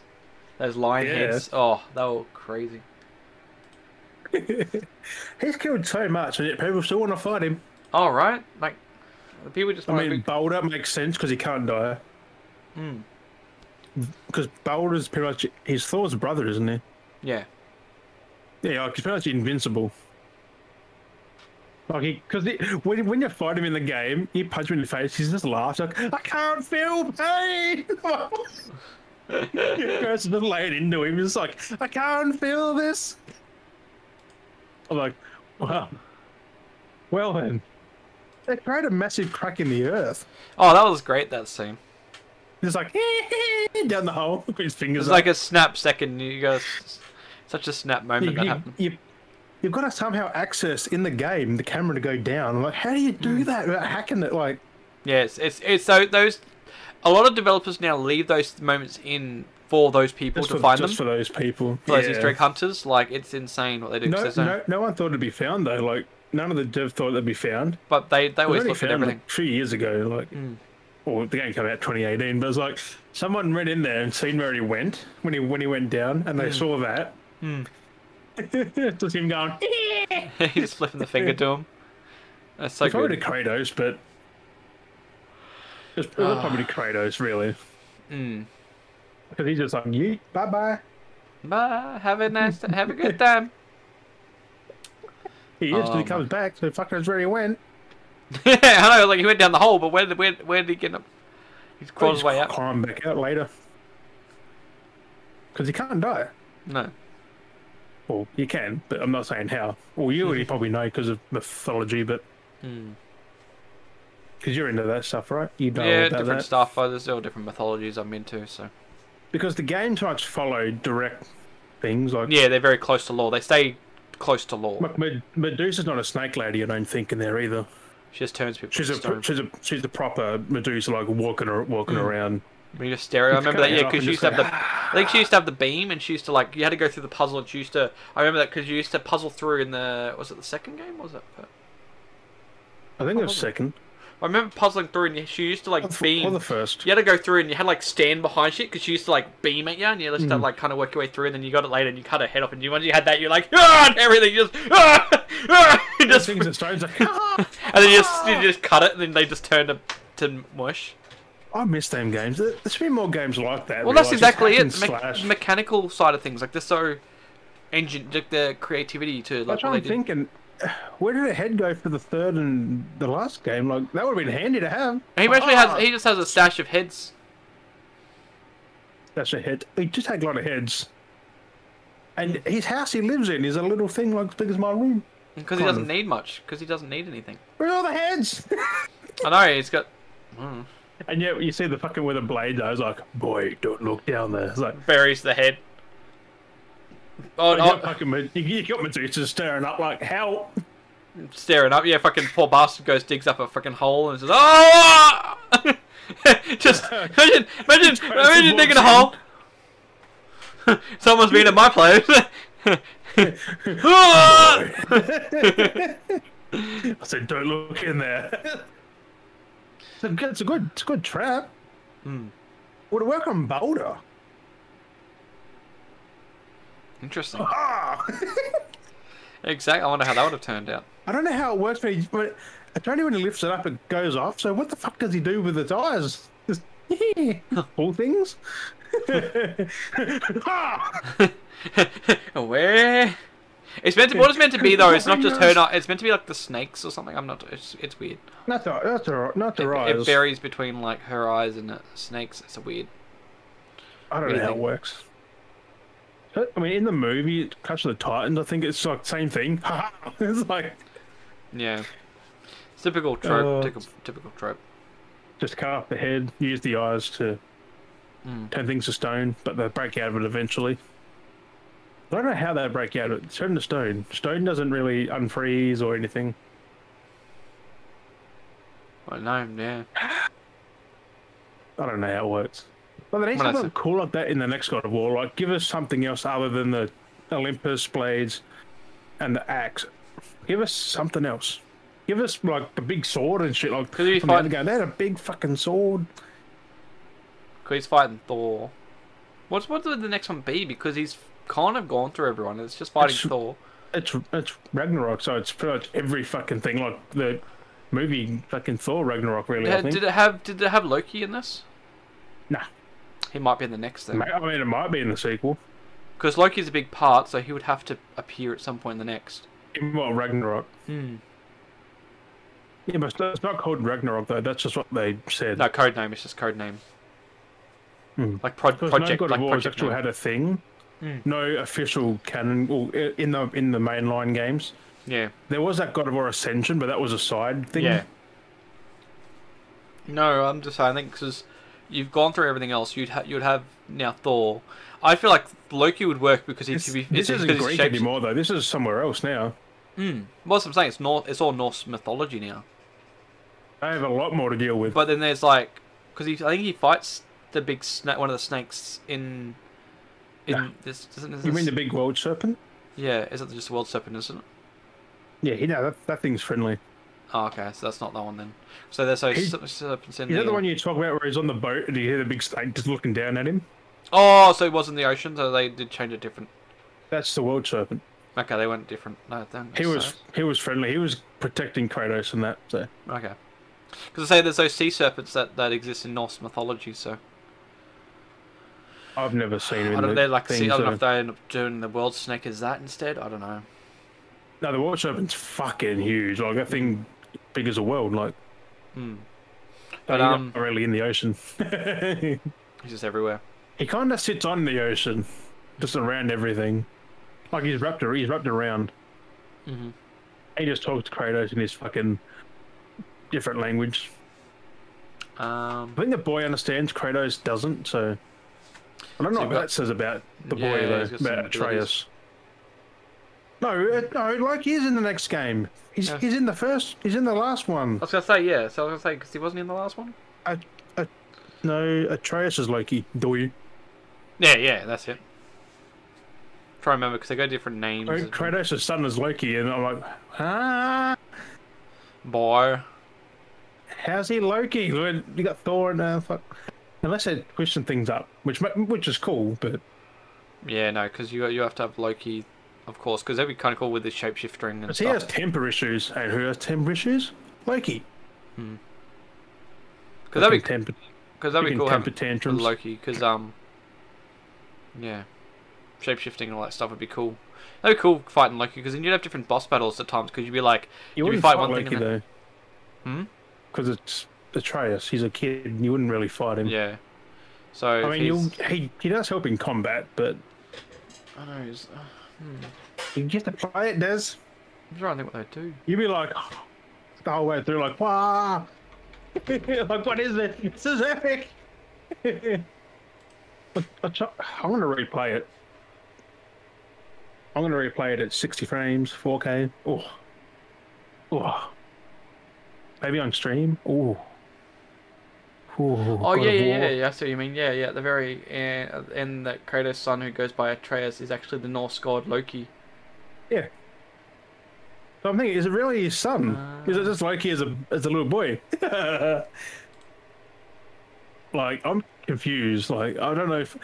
B: Those lion
A: Yeah.
B: heads. Oh, they were crazy.
A: He's killed so much, and yet people still want to fight him.
B: All Oh, right, Like, the people just
A: I
B: want
A: mean,
B: to
A: Boulder makes sense because he can't die. Because Boulder's pretty much he's Thor's brother, isn't he?
B: be. Yeah.
A: Yeah, like, he's pretty much invincible. Like, because when, when you fight him in the game, you punch him in the face, he just laughs like, I can't feel pain! goes and lay it into him, he's like, I can't feel this! I'm like, wow. Well then, they create a massive crack in the earth.
B: Oh, that was great, that scene.
A: It's like, down the hole, with his fingers
B: It's
A: up.
B: like a snap second. You guys. Such a snap moment that happened.
A: you, have got to somehow access in the game the camera to go down. Like, how do you do that without hacking it? Like,
B: Yes, it's it's so those. A lot of developers now leave those moments in for those people to
A: for,
B: find
A: just
B: them.
A: for those people.
B: for those
A: Yeah.
B: Easter egg hunters. Like it's insane what they do. 'cause
A: No,
B: there's no-
A: no, no one thought it'd be found though. Like, none of the dev thought it'd be found.
B: but they they
A: It was
B: always
A: only
B: look at
A: found
B: everything.
A: like two years ago. Like, or the game came out 2018, but it's like someone ran in there and seen where he went when he when he went down, and they saw that. just him going.
B: He's flipping the finger to him. That's so
A: It's probably
B: good.
A: to Kratos, but it's probably to
B: Ah.
A: Kratos, really.
B: Hmm.
A: Because he's just like, you, bye bye.
B: Bye. Have a nice. Have a good time.
A: He is, 'cause
B: my-
A: he comes back, so fuck knows where he went.
B: I know, like he went down the hole, but where did where, where did he get up? He's crawled his
A: He's
B: way out.
A: Climb back out later. Because he can't die.
B: No.
A: Well, you can, but I'm not saying how. Well, you
B: Hmm.
A: already probably know because of mythology, but. Because you're into that stuff, right? You know
B: yeah,
A: about
B: different
A: that.
B: stuff. Oh, there's all different mythologies I'm into. So
A: Because the game too much follow direct things. Like,
B: yeah, they're very close to law. They stay close to law.
A: Like, Med- Medusa's not a snake lady, I don't think, in there either.
B: She just turns people.
A: She's
B: to
A: a
B: stone.
A: she's a she's a proper Medusa, like walking ar- walking around.
B: When you just stare at her, I remember that,
A: kinda
B: yeah,
A: up and
B: because she used
A: just
B: to have the. I think she used to have the beam, and she used to like you had to go through the puzzle, and she used to. I remember that because you used to puzzle through in the was it the second game? What was it?
A: I think it was second
B: I remember puzzling through, and she used to like
A: or the, f-
B: beam.
A: or the first.
B: you had to go through, and you had to, like stand behind shit because she used to like beam at you, and you just
A: Mm.
B: had to, like kind of work your way through, and then you got it later, and you cut her head off, and you once you had that, you're like ah, and everything you just ah, ah, you just
A: Things
B: and
A: and stones. Like,
B: then you just you just cut it, and then they just turn to to mush.
A: I miss them games. There there should be more games like that.
B: Well,
A: where,
B: that's
A: like, just
B: exactly
A: hack
B: it.
A: and
B: Me-
A: slash.
B: mechanical side of things, like they're so engine, like the creativity to like
A: That's what
B: what they
A: I'm
B: did.
A: thinking. Where did the head go for the third and the last game? Like that would have been handy to have.
B: And he actually
A: Ah!
B: has, he just has a stash of heads.
A: That's a head. He just had a lot of heads. And his house he lives in is a little thing like as big as my room.
B: Because he
A: Kind
B: doesn't
A: of.
B: need much, because he doesn't need anything.
A: Where are all the heads?
B: I know he's got
A: and yet you see the fucking with a blade. though. It's like, boy, don't look down there. It's like,
B: buries the head. Oh,
A: you got
B: oh
A: fucking Med- you- you got Medusa staring up like, how?
B: staring up. Yeah, fucking poor bastard goes digs up a fucking hole and says, "Oh!" Just imagine, imagine, imagine digging a hole. Someone's been in my place. Ah!
A: I said, don't look in there. it's, a good, it's a good, it's a good trap. Would it work on Boulder?
B: Interesting.
A: Ah!
B: Exactly. I wonder how that would have turned out.
A: I don't know how it works, but, he, but I don't know when he lifts it up, it goes off. So what the fuck does he do with his eyes? Just all things. Ah!
B: Where? It's meant to. What it's meant to be though, it's not just her. Not, it's meant to be like the snakes or something. I'm not. It's, it's weird.
A: Not the, not the, not the
B: It,
A: eyes.
B: it varies between like her eyes and uh, snakes. It's a weird.
A: I don't know how it works. I mean, in the movie Clash of the Titans, I think it's like same thing. it's like
B: Yeah. It's typical trope.
A: Uh,
B: typical, typical trope.
A: just cut off the head, use the eyes to turn things to stone, but they break out of it eventually. I don't know how they break out of it. Turn to stone. Stone doesn't really unfreeze or anything.
B: I know. Yeah.
A: I don't know how it works. But they need
B: Well, that's
A: something cool like that in the next God of War. Like, give us something else other than the Olympus blades and the axe. Give us something else. Give us like the big sword and shit. Like,
B: Could you
A: from the
B: find-
A: other game, they had a big fucking sword.
B: Because he's fighting Thor. What's what would the next one be? Because he's kind of gone through everyone. It's just fighting
A: It's-
B: Thor.
A: It's it's Ragnarok, so it's pretty much every fucking thing. Like the movie fucking Thor Ragnarok, really. I
B: Did,
A: think.
B: did it have? Did it have Loki in this?
A: Nah,
B: He might be in the next thing.
A: I mean it might be in the sequel.
B: Because Loki's a big part, so he would have to appear at some point in the next.
A: Well, Ragnarok.
B: Hmm.
A: Yeah, but it's not called Ragnarok though. That's just what they said.
B: No, code name. It's just code name.
A: Hmm.
B: Like pro-
A: Because
B: project,
A: no God
B: like
A: of War has
B: project
A: actually
B: name.
A: had a thing.
B: Hmm.
A: No official canon well, i- in the in the mainline games.
B: yeah,
A: There was that God of War Ascension, but that was a side thing.
B: yeah. No, I'm just saying. I think because you've gone through everything else, you'd ha- you'd have now Thor. I feel like Loki would work because he'd
A: This,
B: be
A: this
B: it's-
A: isn't
B: because he's
A: Greek
B: shapes-
A: anymore though. This is somewhere else now.
B: Well, that's what I'm saying. It's Nor- It's all Norse mythology now.
A: They have a lot more to deal with.
B: But then there's like because I think he fights the big snake, one of the snakes in in
A: Yeah.
B: this. Isn't this
A: you mean the big world serpent?
B: yeah? Is it just the world serpent? Isn't it?
A: Yeah, he no, that, that thing's friendly.
B: Oh, okay, so that's not that one then. So there's those
A: He-
B: ser- serpents in
A: Is that
B: the
A: the one you talk about where he's on the boat and you hear the big snake just looking down at him?
B: Oh, so it was in the ocean. So they did change it different.
A: That's the world serpent.
B: Okay, they went different. No, they weren't
A: He was
B: necessary.
A: he was friendly. He was protecting Kratos and that. So
B: okay. Because I say there's those sea serpents that, that exist in Norse mythology, so
A: I've never seen him.
B: I
A: in
B: don't know.
A: the
B: They like
A: things,
B: see, I don't know
A: uh,
B: if they end up doing the world snake as that instead. I don't know.
A: No, the world serpent's fucking huge. Like that thing, big as a world. Like,
B: Hmm. But
A: he's
B: um,
A: not really in the ocean.
B: he's just everywhere.
A: he kind of sits on the ocean, just around everything. Like he's wrapped, ar- he's wrapped around.
B: Mm-hmm.
A: He just talks to Kratos in his fucking different language.
B: Um,
A: I think the boy understands. Kratos doesn't. So I don't know
B: So
A: what
B: we've got-
A: that says about the
B: Yeah,
A: boy
B: he's
A: though,
B: got some
A: about
B: abilities.
A: Atreus. No, uh, no, like he's in the next game. He's,
B: Yeah.
A: he's in the first. He's in the last one.
B: I was gonna say yeah. So I was gonna say because he wasn't in the last one.
A: A, a, no, Atreus is Loki. Do you?
B: Yeah, yeah, that's it. Try to remember because they go different names.
A: Oh, Kratos' son is Loki, and I'm like, ah,
B: Boy.
A: how's he Loki? When You got Thor and uh, fuck. Unless they question things up, which ma- which is cool, but
B: Yeah, no, because you you have to have Loki, of course, because that'd be kind of cool with the shapeshifting and
A: he
B: stuff.
A: has temper issues, and who has temper issues? Loki.
B: Because that'd be
A: temper,
B: because that'd be
A: freaking
B: cool.
A: temper
B: having
A: tantrums.
B: Loki, because um, yeah, shapeshifting and all that stuff would be cool. That'd be cool fighting Loki because then you'd have different boss battles at times because you'd be like,
A: you
B: you'd be
A: wouldn't fight
B: fighting one thing
A: Loki
B: and
A: though,
B: Hmm?
A: because it's Atreus. He's a kid. and You wouldn't really fight him.
B: yeah. So
A: I
B: if
A: mean, you'll,
B: he's-
A: he he does help in combat, but
B: I know. He's, uh,
A: you get to play it, Des.
B: I'm trying to think what they do.
A: You'd be like the whole way through, like, wow, like what is it? This is epic. but, but so- I'm gonna replay it. I'm gonna replay it at 60 frames, 4K. Oh, oh, maybe on stream. Oh,
B: Oh yeah, yeah, yeah, yeah. I see what you mean. Yeah, yeah. At the very end, end that Kratos' son, who goes by Atreus, is actually the Norse god Loki.
A: Yeah. So I'm thinking, is it really his son? is it just Loki as a as a little boy? like I'm confused. Like I don't know if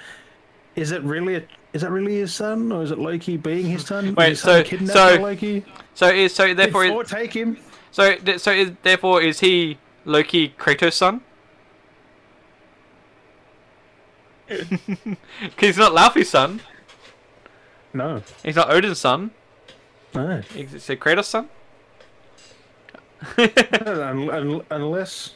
A: is it really a, is that really his son or is it Loki being his son?
B: Wait,
A: is his son
B: so-
A: kidnapped
B: so-
A: by Loki?
B: So is so therefore
A: Did
B: is,
A: Thor take him?
B: so th- so is, therefore is he Loki Kratos' son? Because he's not Laufey's son.
A: No,
B: He's not Odin's son.
A: no.
B: He's so Kratos' son.
A: Un- un- unless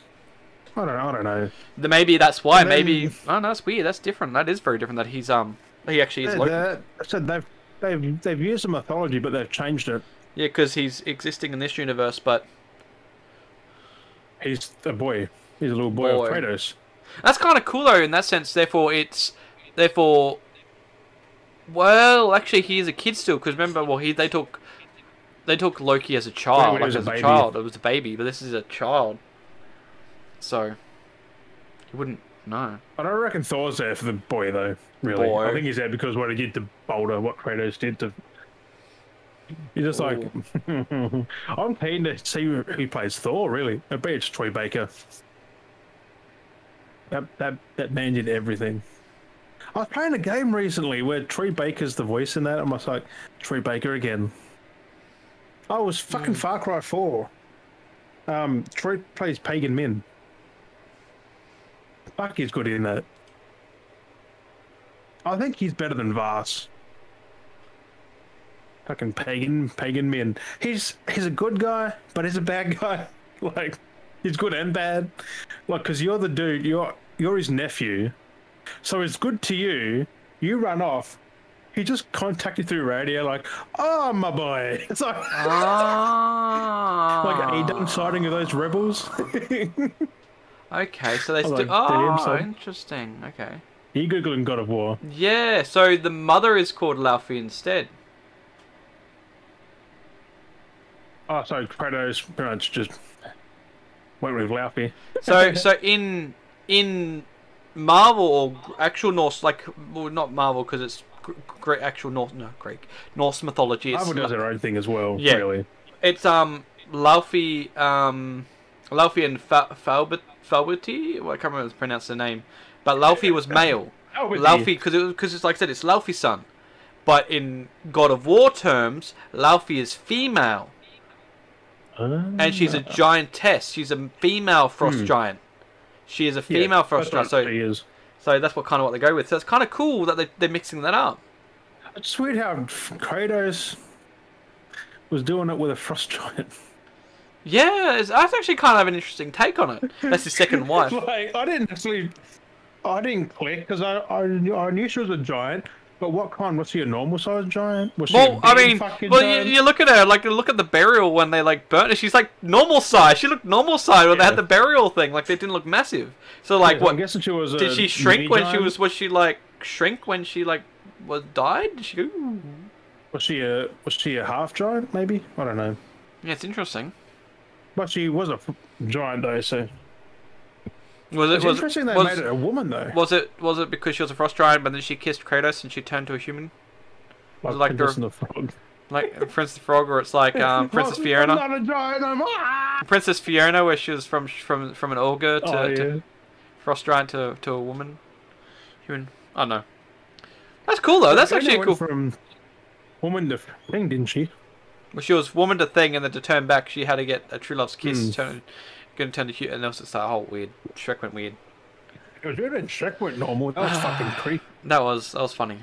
A: I don't know. I don't know.
B: Then maybe that's why.
A: And then-
B: Maybe oh, no, that's weird. That's different. That is very different. That he's um he actually is
A: They-
B: Loki.
A: they're- I said they've they've they've used the mythology, but they've changed it.
B: Yeah, because he's existing in this universe, but
A: He's a boy. He's a little boy,
B: Boy.
A: of Kratos.
B: That's kind of cool though in that sense. Therefore, it's therefore. Well, actually, he is a kid still because remember, well, he they took they took Loki as a
A: Yeah,
B: child,
A: when he was
B: like
A: a
B: as a,
A: baby.
B: child. It was a baby, but this is a child. So he wouldn't know.
A: I don't reckon Thor's there for the boy though. Really,
B: Boy.
A: I think he's there because what he did to Boulder, what Kratos did to. He's just like, I'm keen to see who who plays Thor. Really, I bet it's Troy Baker. That that that man did everything. I was playing a game recently where Troy Baker's the voice in that. I'm just like, Troy Baker again. I was fucking Far Cry Four. Um, Troy plays Pagan Min. Fuck, he's good in that. I think he's better than Vars. Fucking pagan, pagan men. He's he's a good guy, but he's a bad guy. Like he's good and bad. Like because you're the dude, you're you're his nephew, so it's good to you. You run off. He just contacted through radio, like, "Oh my boy," it's like
B: Ah,
A: like are you done siding with those rebels?
B: Okay, so they
A: was
B: still.
A: like, damn,
B: Oh,
A: son.
B: interesting. Okay.
A: you googling God of War?
B: Yeah. So the mother is called Laufey instead.
A: Oh, so Kratos pretty much just went with Laufey.
B: So so in in Marvel or actual Norse like well not Marvel because it's gr- gr- actual Norse no Greek Norse mythology. It's,
A: Marvel does their own thing as well.
B: Yeah.
A: really.
B: it's um Laufey um Laufey and Fa- Falbert Falberti well, I can't remember how to pronounce the name, but Laufey was male.
A: Falberti.
B: Laufey because it because it's like I said it's Laufey's son, but in God of War terms Laufey is female and she's
A: Hmm.
B: a giantess. She's a female frost giant. She is a female frost giant. So
A: he is.
B: So that's what kind of what they go with. So it's kind of cool that they, they're mixing that up.
A: It's weird how Kratos was doing it with a frost giant.
B: Yeah, it's, that's actually kind of an interesting take on it. That's his second wife.
A: like I didn't actually, I didn't click because I, I knew- I knew she was a giant. But what kind? Was she a normal sized giant? Was she
B: Well,
A: a
B: I
A: big
B: mean,
A: fucking
B: well,
A: giant?
B: you, you look at her, like, you look at the burial when they, like, burnt her. She's, like, normal size. She looked normal size when they had
A: Yeah.
B: the burial thing. Like, they didn't look massive. So, like,
A: I'm
B: what?
A: guessing she was.
B: Did
A: a
B: she shrink
A: mini
B: when she
A: giant?
B: was, was she, like, shrink when she, like, was died? Did she go, "Ooh"?
A: Was she a was she a half giant? Maybe I don't know.
B: Yeah, it's interesting.
A: But she was a f- giant though, so
B: Was it
A: it's
B: was
A: interesting they
B: was,
A: made it a woman though.
B: was it was it because she was a frost giant, but then she kissed Kratos and she turned to a human,
A: Like,
B: like
A: Princess
B: the-
A: and the Frog.
B: like in Princess the Frog, or it's like um, Princess
A: I'm
B: Fiona.
A: not a giant. I'm ah!
B: Princess Fiona, where she was from from from an ogre to,
A: Oh,
B: to
A: yeah.
B: frost giant to, to a woman, human. I don't know. That's cool though. That's
A: Fiona
B: actually a
A: went
B: cool.
A: From woman to thing, didn't she?
B: Well, she was woman to thing, and then to turn back, she had to get a true love's kiss.
A: Hmm.
B: Turn, gonna turn to human, and that was just that whole weird. Shrek went weird.
A: It was weird. and Shrek went normal. That was fucking creepy.
B: That was that was funny.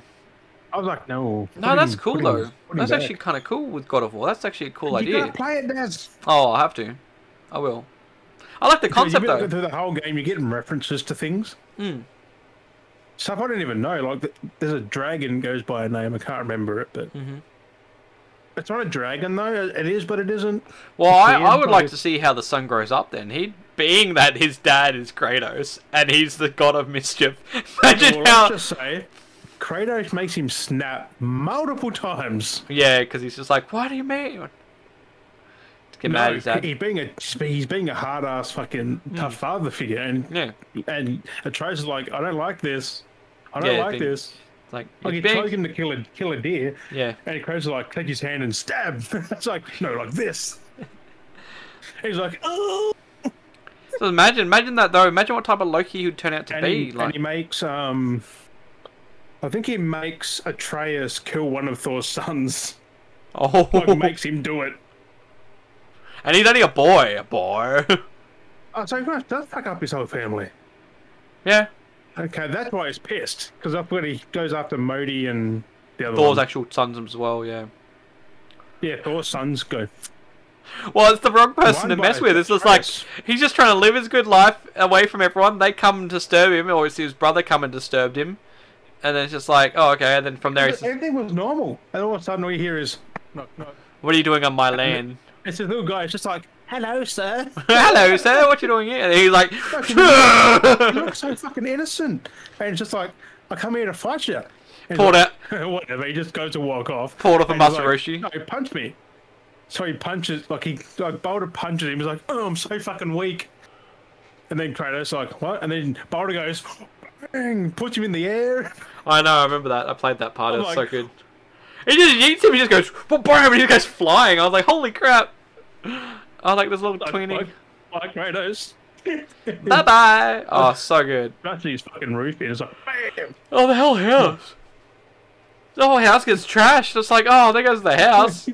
A: I was like, no.
B: No, that's cool though. That's actually kind of cool with God of War. That's actually a cool
A: You
B: idea.
A: gotta play it, Daz.
B: Oh, I have to. I will. I like the concept
A: You've been
B: though.
A: through the whole game. You're getting references to things.
B: Mm.
A: Stuff I didn't even know. Like, th- there's a dragon goes by a name. I can't remember it, but
B: Mhm.
A: it's not a dragon though. It is, but it isn't.
B: Well, I,
A: Korean
B: I would like
A: probably-
B: to see how the son grows up. Then he, being that his dad is Kratos and he's the god of mischief. Imagine
A: Well,
B: how.
A: let's just say, Kratos makes him snap multiple times.
B: Yeah, because he's just like, "What do you mean?" Just Get mad Hmm. at his
A: No,
B: dad.
A: he's being a he's being a hard ass fucking tough father figure, and
B: yeah,
A: and Atreus is like, I don't like this. I don't
B: Yeah,
A: like
B: being-
A: this.
B: it's like,
A: Like he
B: it's big.
A: tries him to kill a kill a deer,
B: Yeah,
A: and Kratos is like, take his hand and stab. it's like no, like this. He's like, oh.
B: So imagine, imagine that though. Imagine what type of Loki he'd turn out to
A: And,
B: be.
A: he, and
B: like,
A: he makes um, I think he makes Atreus kill one of Thor's sons.
B: oh,
A: Like makes him do it.
B: and he's only a boy, a boy.
A: Oh, so he does fuck up his whole family.
B: yeah,
A: Okay, that's why he's pissed. Because that's when he goes after Modi and the other
B: Thor's
A: one.
B: actual sons as well. Yeah.
A: yeah, Thor's sons go.
B: Well, it's the wrong person
A: One
B: to mess
A: by
B: with. It's just like
A: Atreus.
B: he's just trying to live his good life away from everyone. They come and disturb him, or it's his brother come and disturbed him, and then it's just like, oh, okay. And then from there, it's just,
A: Everything was normal. And all of a sudden, all you hear is knock, knock.
B: what are you doing on my land?
A: It's this little guy. It's just like, hello, sir.
B: Hello, sir. What you doing here? And he's like,
A: You look so fucking innocent. And it's just like, I come here to fight you. And
B: pulled
A: he's
B: out,
A: like, Whatever. He just goes to walk off.
B: pulled off a
A: And he's like,
B: Masaroshi.
A: No, punch me. So he punches, like he, like Boulder punches him. He's like, oh, I'm so fucking weak. And then Kratos like, what? And then Boulder goes, bang, puts him in the air.
B: I know. I remember that. I played that part. It
A: I'm
B: was so
A: like-
B: good. He just yeets him. He just goes, "Well, bam!" And he goes flying. I was like, holy crap. I like this little
A: Like,
B: tweenie.
A: like, like Kratos.
B: Bye bye. Oh, so good.
A: That's his fucking roof. It's like, bam.
B: Oh, the whole house. The whole house gets trashed. It's like, oh, there goes the house.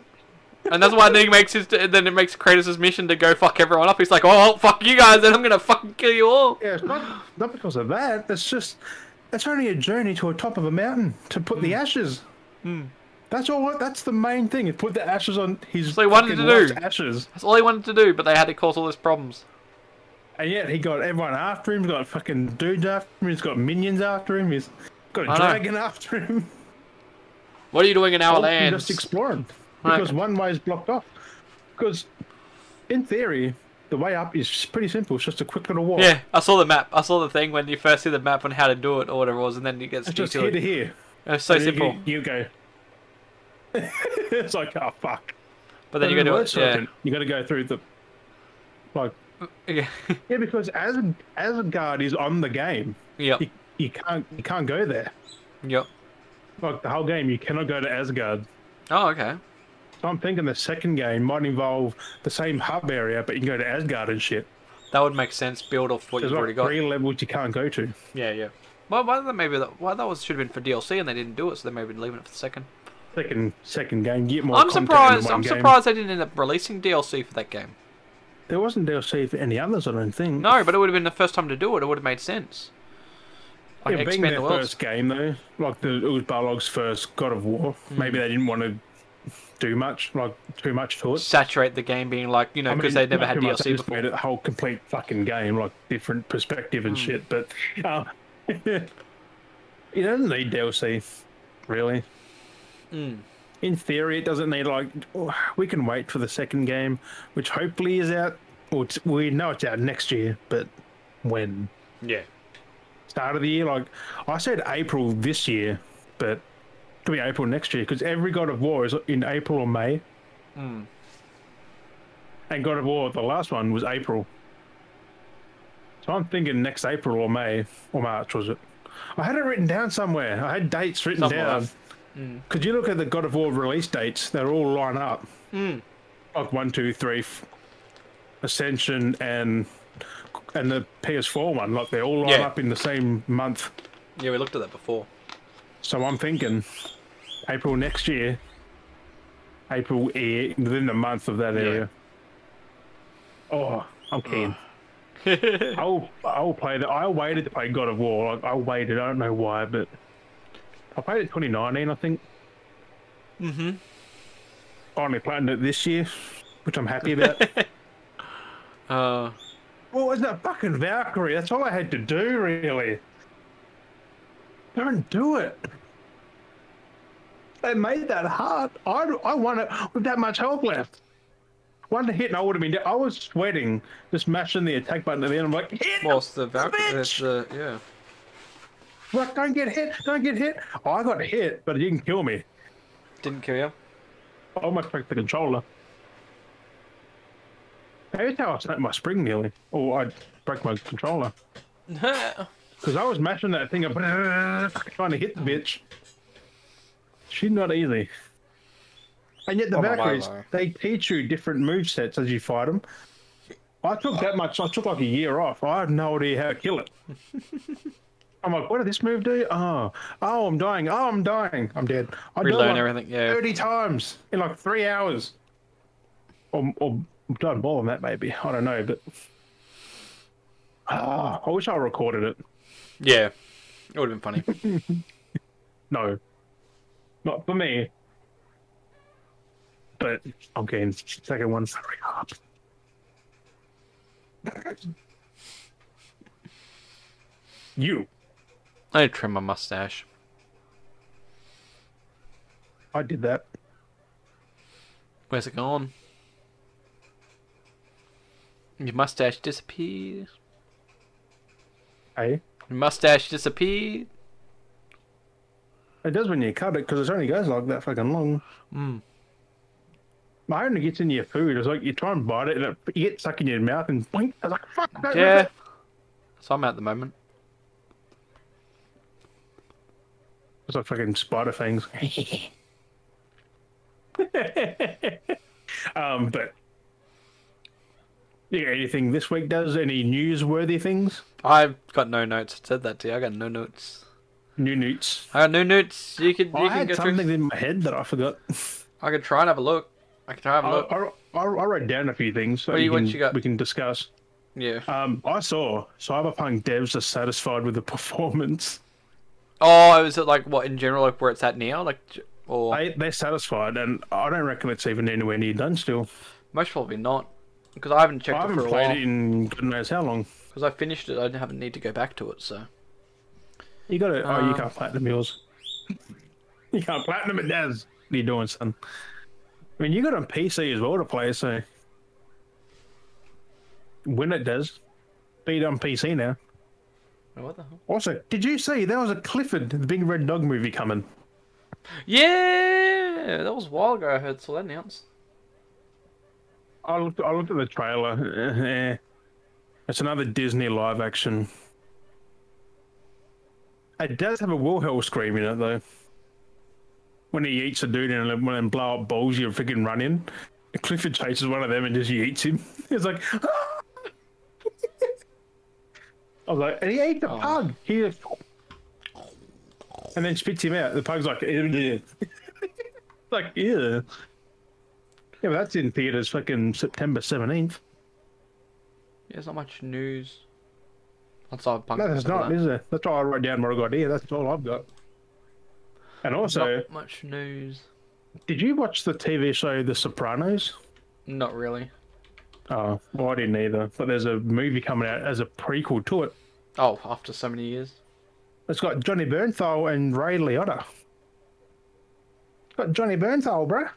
B: And that's why then he makes his then it makes Kratos' mission to go fuck everyone up. He's like, oh, fuck you guys, then I'm gonna fucking kill you all.
A: Yeah, it's not, not because of that. It's just, it's only a journey to a top of a mountain to put
B: Hmm.
A: the ashes. That's all. That's the main thing. Is put the ashes on his.
B: So he wanted
A: fucking
B: to do.
A: life's ashes,
B: That's all he wanted to do, but they had to cause all these problems.
A: and yet he got everyone after him. He's got fucking dudes after him. He's got minions after him. He's got
B: I
A: a
B: know.
A: dragon after him.
B: What are you doing in our
A: All
B: land?
A: just exploring
B: Right.
A: because one way is blocked off. Because, in theory, the way up is pretty simple. It's just a quick little walk.
B: Yeah, I saw the map. I saw the thing when you first see the map on how to do it or whatever it was, and then it gets
A: it's just
B: detailed.
A: here to here.
B: It was so
A: And you-
B: simple,
A: You, you go. it's like oh fuck.
B: but then you gotta do it. Yeah.
A: You got to go through the like
B: yeah.
A: yeah because as Asgard is on the game,
B: yep.
A: you, you can't you can't go there.
B: Yep.
A: Like the whole game, you cannot go to Asgard.
B: Oh, okay.
A: So I'm thinking the second game might involve the same hub area, but you can go to Asgard and shit.
B: That would make sense. Build off what
A: There's
B: you've
A: like
B: already got.
A: three levels you can't go to.
B: Yeah, yeah. Well, why that maybe that why that was should have been for DLC and they didn't do it, so they maybe leaving it for the second.
A: Second second game, you get more.
B: I'm
A: content in
B: surprised.
A: one
B: I'm
A: game.
B: surprised they didn't end up releasing DLC for that game.
A: there wasn't DLC for any others. I don't think.
B: No, but it would have been the first time to do it. It would have made sense. Like
A: Yeah, being
B: expand
A: their
B: the world.
A: first game though, like the, it was Balog's first God of War.
B: Hmm.
A: Maybe they didn't want to do much, like too much to it.
B: saturate the game, being like you know
A: I
B: because
A: mean,
B: they'd never
A: not
B: had
A: too much,
B: DLC
A: they just
B: before.
A: Made it a whole complete fucking game, like different perspective
B: Hmm.
A: and shit. But um, you don't need DLC, really.
B: Mm.
A: In theory, it doesn't need like oh, we can wait for the second game, which hopefully is out. Or it's, we know it's out next year, but when?
B: Yeah.
A: start of the year. Like I said, April this year, but Could be April next year because every God of War is in April or May.
B: Hmm.
A: And God of War, the last one was April. So I'm thinking next April or May or March was it? I had it written down somewhere. I had dates written
B: Somewhere. Hmm.
A: down. Could you look at the God of War release dates? They're all line up. Like one, two, three, f- Ascension, and and the PS4 one. Like they all line
B: Yeah.
A: up in the same month.
B: Yeah, we looked at that before.
A: So I'm thinking April next year. April eh, within the month of that area. Oh, I'm keen. I'll I'll play that. I waited to play God of War. I, I waited. I don't know why, but I played it 2019, I think.
B: Mhm.
A: Finally playing it this year, which I'm happy about.
B: Uh,
A: well, it's that fucking Valkyrie. That's all I had to do, really. Don't do it. They made that hard. I I won it with that much health left. One hit and I would have been. dead. I was sweating, just mashing the attack button at the end. I'm like, hit the
B: whilst the Valkyrie,
A: bitch!
B: the, yeah.
A: Like, don't get hit, don't get hit. Oh, I got hit, but it didn't kill me.
B: Didn't kill you.
A: I almost broke the controller. That's how I snapped my spring nearly. Or I broke my controller. Because I was mashing that thing up, trying to hit the bitch. She's not easy. And yet the
B: Oh, my, my,
A: Valkyries,
B: my.
A: they teach you different move sets as you fight them. I took that much. I took like a year off. I had no idea how to kill it. I'm like, what did this move do? Oh, oh, I'm dying. Oh, I'm dying. I'm dead. I died
B: Relearn
A: like
B: everything, yeah.
A: Thirty times in like three hours. Or, or done more than that, maybe. I don't know, but ah, I wish I recorded it.
B: yeah. It would have been funny.
A: No, not for me. But I'm getting second one very hard. You,
B: I need to trim my mustache.
A: I did that.
B: Where's it gone? Your mustache disappeared.
A: Hey,
B: Your mustache disappeared.
A: it does when you cut it because it only goes like that fucking long.
B: Mm.
A: My only gets in your food. It's like you try and bite it and it you get stuck in your mouth and blink. I was like, fuck that.
B: Yeah. So I'm at the moment.
A: It's like fucking spider things. um, but you got anything this week? Does any newsworthy things?
B: I've got no notes. I said that to you. I got no notes.
A: New newts.
B: I got no notes. You can you
A: Oh, I
B: can
A: had
B: go through.
A: something in my head that I forgot.
B: I could try and have a look. I could try and
A: I,
B: have a look.
A: I, I, I wrote down a few things so
B: What do you-
A: you
B: what
A: can,
B: you got?
A: we can discuss.
B: yeah.
A: Um, I saw Cyberpunk devs are satisfied with the performance.
B: Oh, is it like what in general, like where it's at now, like j- or
A: They, they're satisfied, and I don't reckon it's even anywhere near done still.
B: most probably not, because I haven't checked
A: I
B: it
A: haven't
B: for a while.
A: played it in God knows how long.
B: Because I finished it, I didn't have a need to go back to it. So
A: You got to. oh,
B: Um,
A: you can't platinum yours. You can't platinum it, Daz. What are you doing, son? I mean, you got on PC as well to play, so when it does, beat on PC now.
B: Oh, what the hell?
A: Also, did you see there was a Clifford the Big Red Dog movie coming?
B: Yeah, that was a while ago. I heard saw that announced.
A: I looked. I looked at the trailer. Eh, eh. It's another Disney live action. It does have a Wilhelm scream in it though. When he eats a dude and then- one of them blow up balls, you freaking run in. Clifford chases one of them and just eats him. It's like. I was like, and he ate the
B: Oh.
A: pug. He just, and then spits him out. The pug's like, "Ew." like, yeah. Yeah, but that's in theaters fucking September 17th.
B: Yeah, there's not much news on Cyberpunk.
A: No, there's
B: except for
A: not,
B: that.
A: is there? That's all I wrote down what I got here. That's all I've got. And also,
B: Not much news.
A: did you watch the TV show The Sopranos?
B: Not really.
A: Oh, well, I didn't either. But there's a movie coming out as a prequel to it.
B: Oh, after so many years.
A: It's got Johnny Bernthal and Ray Liotta. It's got Johnny Bernthal, bruh.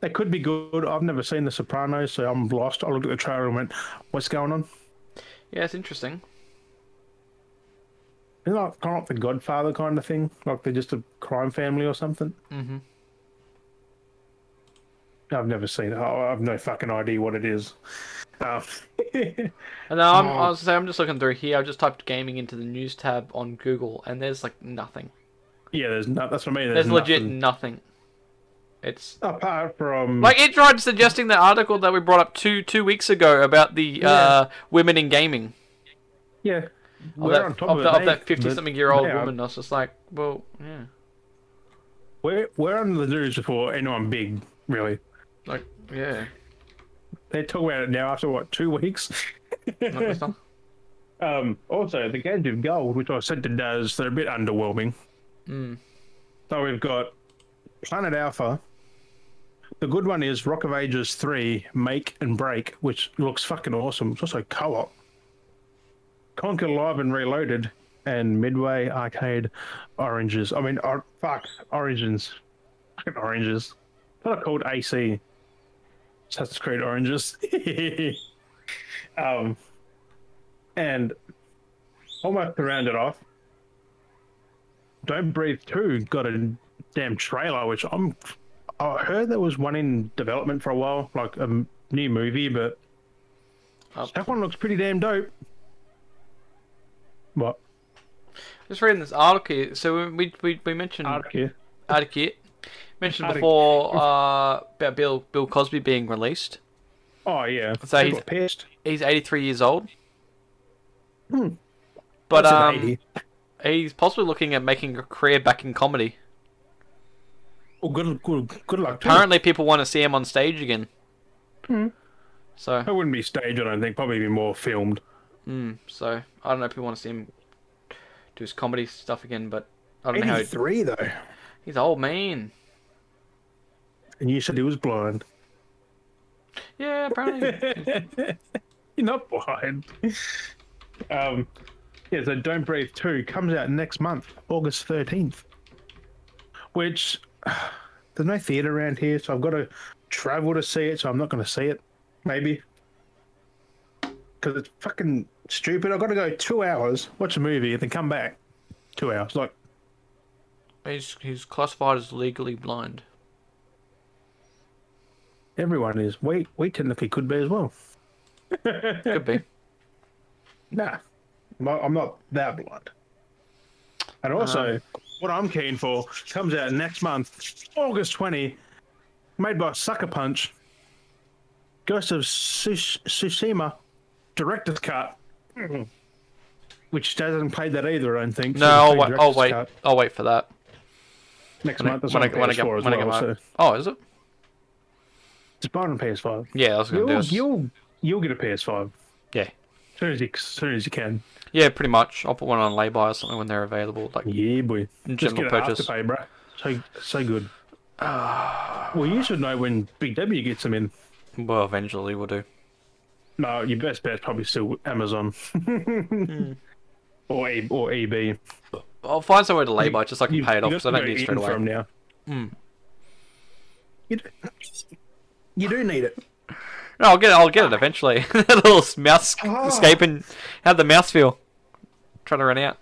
A: That could be good. I've never seen The Sopranos, so I'm lost. I looked at the trailer and went, what's going on?
B: Yeah, it's interesting.
A: Isn't that kind of like the Godfather kind of thing? Like they're just a crime family or something?
B: Mhm.
A: I've never seen it. I I have no fucking idea what it is. Uh,
B: And now I'm,
A: Oh.
B: I was gonna say, I'm just looking through here. I've just typed gaming into the news tab on Google, and there's like nothing.
A: yeah, there's no, that's what I mean. There's,
B: There's legit
A: nothing.
B: nothing. It's
A: Apart from.
B: like it tried suggesting the article that we brought up two two weeks ago about the uh, women in gaming
A: yeah.
B: of
A: We're
B: that,
A: on top
B: of,
A: of, it.
B: the, of
A: They-
B: that fifty
A: they-
B: something year old
A: they are-
B: woman. I was just like, well, yeah,
A: We're, we're on the news before anyone big, really.
B: like yeah.
A: They talk about it now after, what, two weeks?
B: Not this one.
A: Um, also, the games of gold, which I said to Daz, they're a bit underwhelming. So we've got Planet Alpha. The good one is Rock of Ages 3 Make and Break, which looks fucking awesome. It's also co op. Conquer Live and Reloaded and Midway Arcade Oranges. I mean, or, fuck, Origins. Fucking Oranges. They're called AC. Assassin's Creed Oranges. um, and almost to round it off, Don't Breathe 2 got a damn trailer, which I'm. I heard there was one in development for a while, like a m- new movie, but
B: Oh.
A: that one looks pretty damn dope. What?
B: Just reading this article. here. So we we, we mentioned
A: I don't care.
B: article here. mentioned
A: Article.
B: before uh, about Bill Bill Cosby being released.
A: Oh, yeah.
B: So
A: People
B: he's-
A: are pissed.
B: He's eighty three years old. But
A: It's an
B: um,
A: 80.
B: He's possibly looking at making a career back in comedy.
A: Oh, good, good, good luck. to him.
B: Apparently, people want to see him on stage again.
A: It
B: So,
A: wouldn't be staged, I don't think. Probably be more filmed.
B: so I don't know if people want to see him do his comedy stuff again, but I don't know how he-
A: 83, though.
B: he's old man.
A: And you said he was blind.
B: Yeah, apparently.
A: You're not blind. um, yeah, so Don't Breathe 2 comes out next month, August 13th. Which, there's no theatre around here, so I've got to travel to see it, so I'm not going to see it. Maybe. Because it's fucking stupid. I've got to go two hours, watch a movie, and then come back. Two hours. Like,
B: he's he's classified as legally blind.
A: everyone is. We, we technically could be as well.
B: Could be.
A: Nah, I'm not, I'm not that blind. And also,
B: Uh-huh.
A: what I'm keen for comes out next month, August 20, made by Sucker Punch, Ghost of Tsush- Tsushima, director's cut, which hasn't played that either, I don't think.
B: No, I'll,
A: Director's
B: wait. I'll wait.
A: cut
B: I'll wait for that.
A: Next
B: When I,
A: month, that's
B: when I,
A: on
B: when I get
A: PS4 as
B: when I get
A: well,
B: my.
A: so
B: Oh, is it?
A: it's buying on PS5.
B: Yeah, I was gonna do.
A: You'll,
B: This.
A: you'll, you'll get a PS5
B: Yeah.
A: as soon as you, as soon as you can.
B: Yeah, pretty much. I'll put one on lay-by or something when they're available. Like,
A: Yeah, boy. Just
B: general
A: get purchase.
B: purchase.
A: Afterpay, bro. So so good.
B: Ah.
A: well, you should know when Big W gets them in.
B: well, eventually we'll do.
A: No, your best bet's probably still Amazon
B: Hmm.
A: or e- or EB.
B: I'll find somewhere to lay by just so I can pay it off
A: you've
B: because I
A: got
B: don't
A: to
B: need it
A: go
B: straight
A: in
B: away. Hmm.
A: From now. You, do, you do need it.
B: No, I'll get it. I'll get it eventually. that little s- mouse
A: Ah.
B: escaping. How'd the mouse feel? Trying to run out.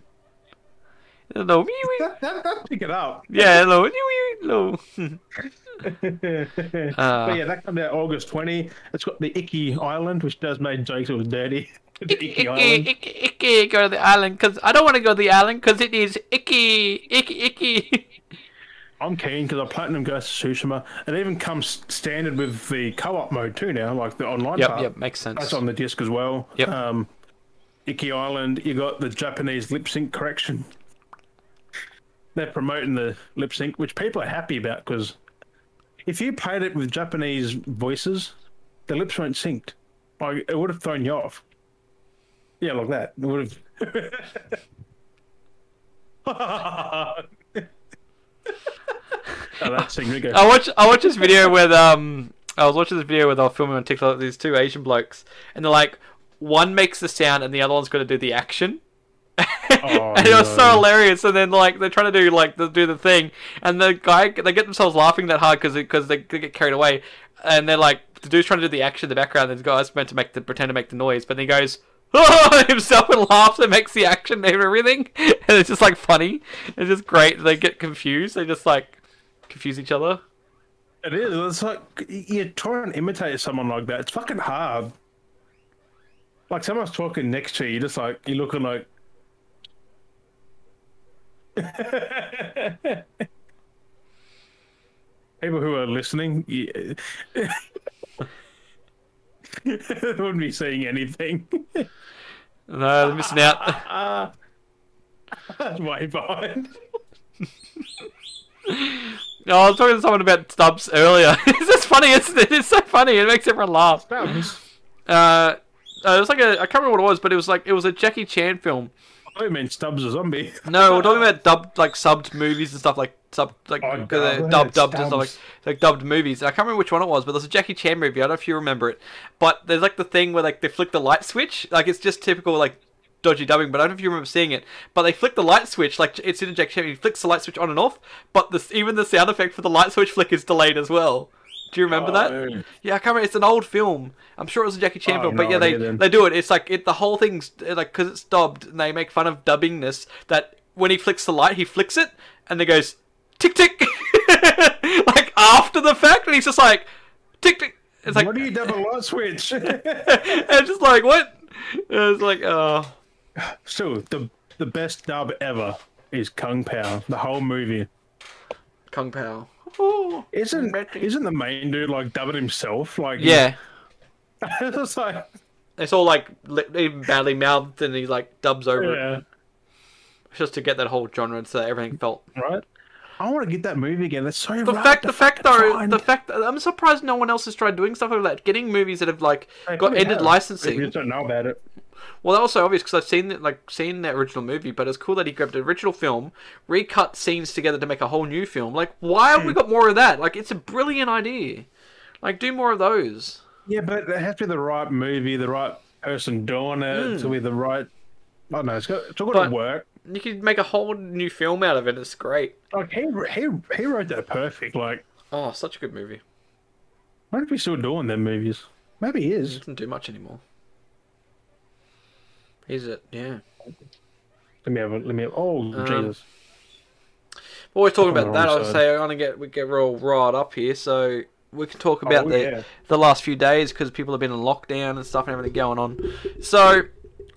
B: The Little wee wee.
A: That, that, that pick it up.
B: Yeah, little wee wee. Little. Uh,
A: but yeah, that comes out August 20. It's got the Icky Island, which does make jokes it was dirty. the Icky,
B: Icky,
A: Island.
B: icky, icky, go to the island because I don't want to go to the island because it is icky, icky, icky.
A: I'm keen because I platinum Ghost of Tsushima. It even comes standard with the co-op mode too now, like the online
B: yep,
A: part.
B: yep, makes sense.
A: That's on the disc as well.
B: Yep.
A: Um, Icky Island, you got the Japanese lip sync correction. They're promoting the lip sync, which people are happy about because if you played it with Japanese voices, the lips weren't synced. Like it would have thrown you off. Yeah, like that. It would have. oh, that's thing. We go.
B: I watch I watch this video with um I was watching this video where they were filming on TikTok these two Asian blokes and they're like one makes the sound and the other one's got to do the action.
A: Oh,
B: and it was so
A: no.
B: hilarious. And then like they're trying to do like the, do the thing, and the guy they get themselves laughing that hard because because they, they get carried away, and they're like the dude's trying to do the action in the background. and The guy's meant to make the pretend to make the noise, but then he goes oh, himself and laughs and makes the action and everything. And it's just like funny. It's just great. They get confused. They just like confuse each other.
A: It is. It's like you're trying to imitate someone like that. It's fucking hard. Like someone's talking next to you, you're just like you're looking like. People who are listening, yeah. wouldn't be seeing anything.
B: No, they're missing out.
A: Way behind.
B: No, Oh, I was talking to someone about Stubbs earlier. it's just funny. It's, it's so funny. It makes everyone laugh.
A: Stubbs.
B: Uh, uh, it was like a I can't remember what it was, but it was like it was a Jackie Chan film.
A: I meant Stubbs a zombie.
B: No, we're talking about dubbed like subbed movies and stuff like sub like
A: Oh,
B: uh,
A: dubbed.
B: dubbed dubbed and stuff like
A: Dubs.
B: like dubbed movies. And I can't remember which one it was, but there's a Jackie Chan movie. I don't know if you remember it, but there's like the thing where like they flick the light switch. Like it's just typical like dodgy dubbing. But I don't know if you remember seeing it. But they flick the light switch. Like it's in a Jackie Chan. He flicks the light switch on and off. But this even the sound effect for the light switch flick is delayed as well. Do you remember that?
A: Oh.
B: Yeah, I can't remember. It's an old film. I'm sure it was a Jackie Chan
A: Oh,
B: film,
A: no
B: but yeah, they
A: idea then.
B: they do it. It's like it the whole thing's uh, like because it's dubbed, and they make fun of dubbingness. That when he flicks the light, he flicks it, and then goes tick tick, like after the fact, and he's just like tick tick. It's like
A: what do you double light switch?
B: it's just like what? It's like oh
A: so the the best dub ever is Kung Pao. The whole movie.
B: kung pao. Ooh.
A: Isn't
B: Magic.
A: isn't the main dude like dubbing himself? Like
B: Yeah,
A: it's like
B: it's all like li- even badly mouthed, and he like dubs over it
A: yeah,
B: just to get that whole genre, so that everything felt
A: right. I want to get that movie again. That's so
B: The fact, the fact though, the fact I'm surprised no one else has tried doing stuff like that. Getting movies that have like got ended licensing.
A: You just don't know about it.
B: Well, that was so obvious because I've seen that, like seen that original movie, but it's cool that he grabbed the original film, recut scenes together to make a whole new film. Like, why have we got more of that? Like, it's a brilliant idea. Like, do more of those.
A: Yeah, but it has to be the right movie, the right person doing it, to be the right. I don't know. It's got, it's all got
B: Hmm. But-
A: to work.
B: You could make a whole new film out of it. It's great.
A: Like he, he, he wrote that perfect. Like,
B: Oh, such a good movie.
A: I wonder if he's still doing them movies. Maybe he is.
B: Doesn't do much anymore. Is it? Yeah.
A: Let me have a Let me have. Oh
B: Um,
A: Jesus!
B: Well, we're talking
A: on the
B: about that. I
A: wrong
B: would
A: side.
B: say I want to get we get real riled up here, so we can talk about the
A: Oh, yeah.
B: the last few days because people have been in lockdown and stuff and everything going on. So,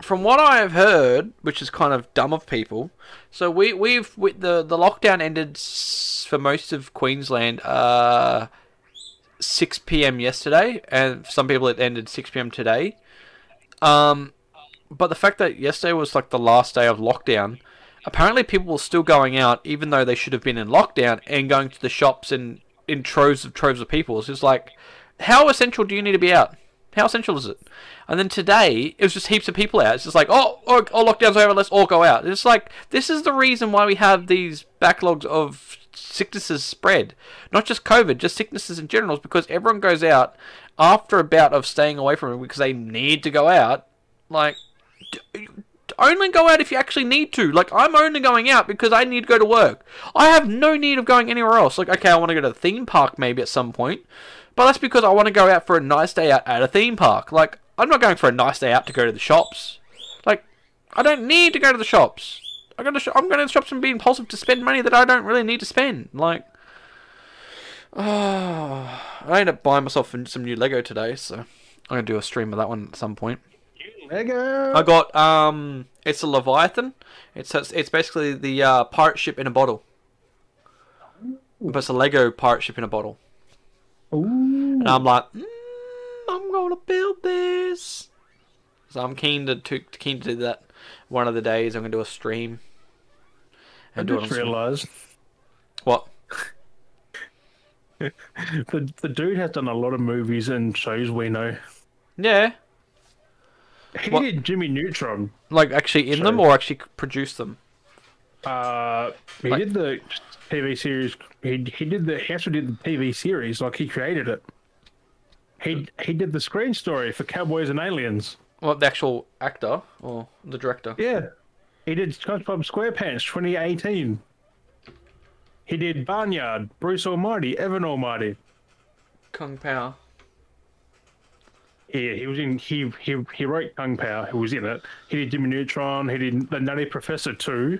B: from what I have heard, which is kind of dumb of people, so we we've with the the lockdown ended s- for most of Queensland. Uh, 6 p.m. yesterday, and for some people it ended 6 p.m. today. Um, but the fact that yesterday was like the last day of lockdown, apparently people were still going out even though they should have been in lockdown and going to the shops and in troves of troves of people. It's just like, how essential do you need to be out? How essential is it? And then today, it was just heaps of people out. It's just like, oh, oh, oh lockdown's over, let's all go out. It's like, this is the reason why we have these backlogs of sicknesses spread. Not just COVID, just sicknesses in general, is because everyone goes out after a bout of staying away from it because they need to go out. Like, d- only go out if you actually need to. Like, I'm only going out because I need to go to work. I have no need of going anywhere else. Like, okay, I want to go to a theme park maybe at some point, but that's because I want to go out for a nice day out at a theme park. Like, I'm not going for a nice day out to go to the shops. Like, I don't need to go to the shops. I go to sh- I'm going to the shops and be impulsive to spend money that I don't really need to spend. Like, I ended up buying myself some new Lego today, so I'm going to do a stream of that one at some point.
A: Lego.
B: I got um, it's a Leviathan. It's it's, it's basically the uh, pirate ship in a bottle, but it's a Lego pirate ship in a bottle.
A: Ooh.
B: And I'm like, mm, I'm gonna build this. So I'm keen to, to keen to do that. One of the days I'm gonna do a stream.
A: I
B: do it on
A: just
B: some-
A: realised
B: What?
A: the the dude has done a lot of movies and shows we know.
B: Yeah,
A: He
B: What-
A: did Jimmy Neutron.
B: like actually in them
A: Sure.
B: or actually produce them.
A: Uh, he
B: Like-
A: did the TV series. He he did the he actually did the TV series. Like he created it. He he did the screen story for Cowboys and Aliens.
B: Well, the actual actor or the director.
A: Yeah, he did SpongeBob SquarePants 2018. He did Barnyard, Bruce Almighty, Evan Almighty.
B: Kung Pao.
A: Yeah, he was in. He he he wrote Kung Pao. Who was in it? He did Jimmy Neutron. He did The Nutty Professor too.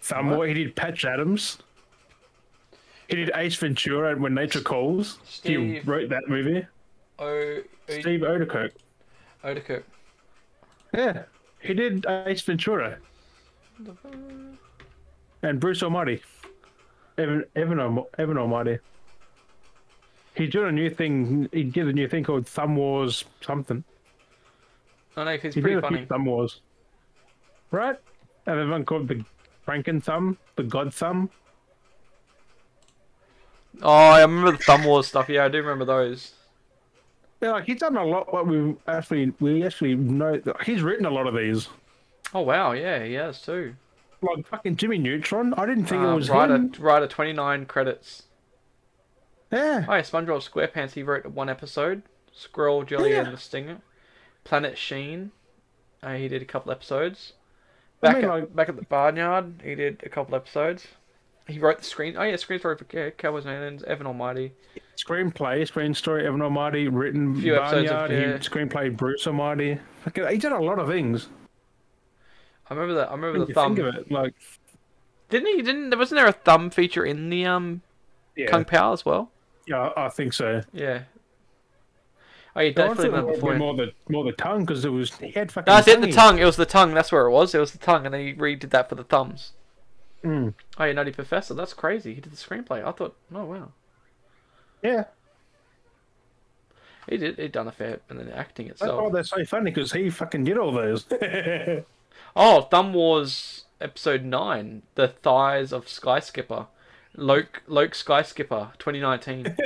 A: Somewhat. He did Patch Adams. He did Ace Ventura and When Nature Calls. He
B: Steve-
A: wrote that movie.
B: O- o-
A: Steve Odekirk.
B: Odekirk.
A: Yeah, he did Ace Ventura. And Bruce Almighty. Evan Evan, Alm- Evan Almighty. He's doing a new thing. He did a new thing called Thumb Wars something.
B: I know, 'cause he's
A: He
B: pretty
A: did a few
B: funny.
A: Thumb Wars. Right? And then one called the Franken Thumb, the God Thumb.
B: Oh, I remember the Thumb Wars stuff. Yeah, I do remember those.
A: Yeah, like he's done a lot. What we actually we actually know. He's written a lot of these.
B: Oh, wow. Yeah, he has too.
A: Like fucking Jimmy Neutron. I didn't think it
B: Um,
A: was
B: writer,
A: him.
B: writer 29 credits.
A: Yeah.
B: Oh, yeah, SpongeBob SquarePants, he wrote one episode. Squirrel, Jelly,
A: Oh, Yeah.
B: and the Stinger. Planet Sheen, uh, he did a couple episodes.
A: I
B: Back,
A: mean,
B: at,
A: like-
B: back at the Barnyard, he did a couple episodes. He wrote the screen. Oh, yeah, screen story for Cow- Cowboys and Aliens, Evan Almighty.
A: Screenplay, screen story, Evan Almighty, written
B: Few episodes of-
A: Barnyard. He
B: yeah.
A: screenplay Bruce Almighty. Fucking, he did a lot of things.
B: I remember that. I remember
A: When
B: the
A: you
B: thumb.
A: think of it, like
B: Didn't he? Didn't there? Wasn't there a thumb feature in the um
A: yeah,
B: Kung Pao as well?
A: yeah, I I think so.
B: Yeah. Oh, you
A: I
B: definitely
A: thought it
B: done it
A: would be
B: before.
A: more the more the tongue because it was he had fucking.
B: No, it's it, the
A: tonguey.
B: tongue. It was the tongue. That's where it was. It was the tongue, and then he redid that for the thumbs.
A: Mm.
B: Oh, yeah, Nutty Professor. That's crazy. He did the screenplay. I thought, oh wow,
A: Yeah, he
B: he did. He done a fair, and then the acting
A: that's why
B: itself.
A: they're so funny because he fucking did all those.
B: Oh, Thumb Wars episode nine, the thighs of Sky Skipper, Loke Loke Sky Skipper, 2019.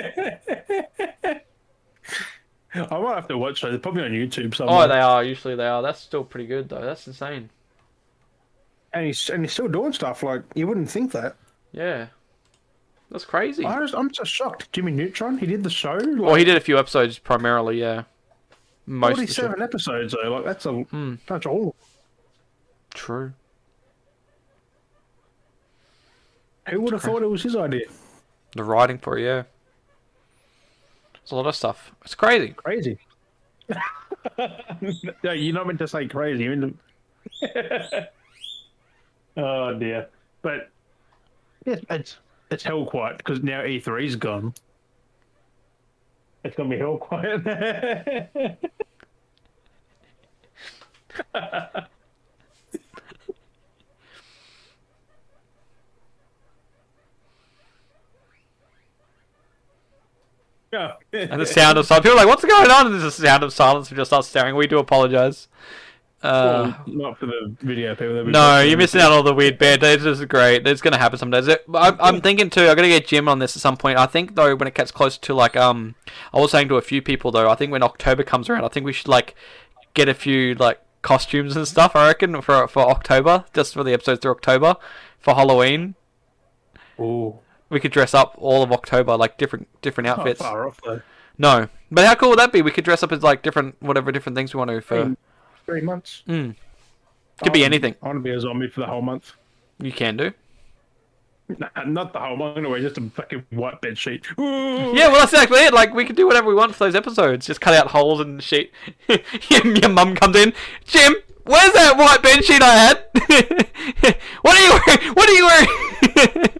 A: I might have to watch those. Probably on YouTube somewhere.
B: oh, they are usually they are. That's still pretty good though. That's insane.
A: and he's and he's still doing stuff like you wouldn't think that.
B: Yeah, that's crazy.
A: I was, I'm just shocked. Jimmy Neutron, he did the show. Like,
B: Well, he did a few episodes primarily. Yeah, most of the show.
A: Forty-seven episodes though, like that's a
B: Mm.
A: that's all.
B: True.
A: Who would have thought it was his idea?
B: The writing for it, yeah. It's a lot of stuff. It's crazy.
A: Crazy. no, you're not meant to say crazy. You meant to... oh dear, but yeah, it's it's hell quiet because now E3's gone. It's gonna be hell quiet. yeah.
B: And the sound of silence. People are like, what's going on? And there's a sound of silence. We just start staring. We do apologize. Uh,
A: Well, not for the video people. they'll be
B: no,
A: watching
B: you're missing out on all the weird bad days. This is great. It's going to happen some days. It- but I'm, I'm thinking too. I'm going to get Jim on this at some point. I think though, when it gets close to like, um, I was saying to a few people though. I think when October comes around, I think we should like get a few like costumes and stuff. I reckon for for October, just for the episodes through October, for Halloween.
A: Ooh.
B: We could dress up all of October, like different different
A: Not
B: outfits.
A: far off though.
B: No, but how cool would that be? We could dress up as like different, whatever different things we want to. For
A: Mm. Three months.
B: Mm. Uh, could be
A: I wanna-
B: anything.
A: I want to be a zombie for the whole month.
B: You can do.
A: Nah, not the whole month. I'm gonna wear just a fucking white bed sheet.
B: Yeah, well that's exactly it. Like we could do whatever we want for those episodes. Just cut out holes in the sheet. your, your mum comes in, Jim. Where's that white bed sheet I had? what are you wearing? What are you wearing?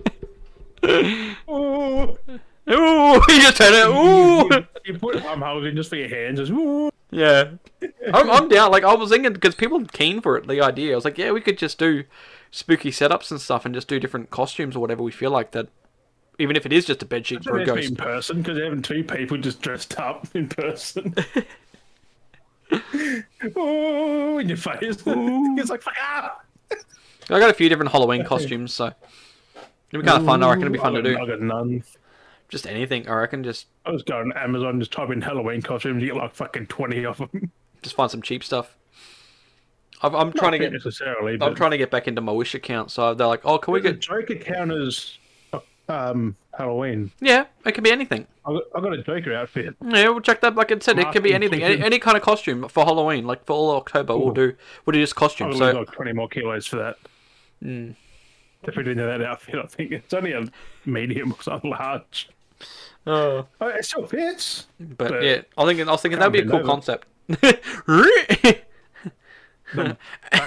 A: Ooh.
B: Ooh, you just turn it. Ooh.
A: You, you put armholes in just for your hands. Just, ooh.
B: Yeah. I'm, I'm down. Like, I was thinking, because people were keen for it, the idea. I was like, yeah, we could just do spooky setups and stuff and just do different costumes or whatever we feel like that. Even if it is just a bedsheet for a
A: Just be in
B: ghost.
A: person because having two people just dressed up in person. ooh, in your face. it's like fuck ah.
B: I got a few different Halloween costumes, so. It'll be kind of fun, I reckon. It'll be
A: Ooh,
B: fun
A: I
B: to
A: got-
B: do.
A: I got none.
B: Just anything, I reckon. Just
A: I was going to Amazon, just type in Halloween costumes, you get like fucking twenty of them.
B: just find some cheap stuff. I'm, I'm trying to
A: Not
B: get.
A: necessarily.
B: I'm
A: But
B: trying to get back into my Wish account, so they're like, "Oh, can we
A: the
B: get?"
A: Joker counters um, Halloween.
B: Yeah, it can be anything.
A: I got, I got a Joker outfit.
B: Yeah, we'll check that. Like I said, it could be
A: Masking
B: anything, any,
A: season.
B: any kind of costume for Halloween, like for all October. We'll
A: Ooh.
B: do we'll do just
A: I
B: costumes.
A: would
B: So
A: lose like twenty more kilos for that.
B: Mm.
A: To fit into that outfit, I think it's only a medium or something large.
B: Oh.
A: Oh, it still fits.
B: But,
A: But-
B: yeah, I think I was thinking that'd be a cool
A: Can't
B: concept.
A: The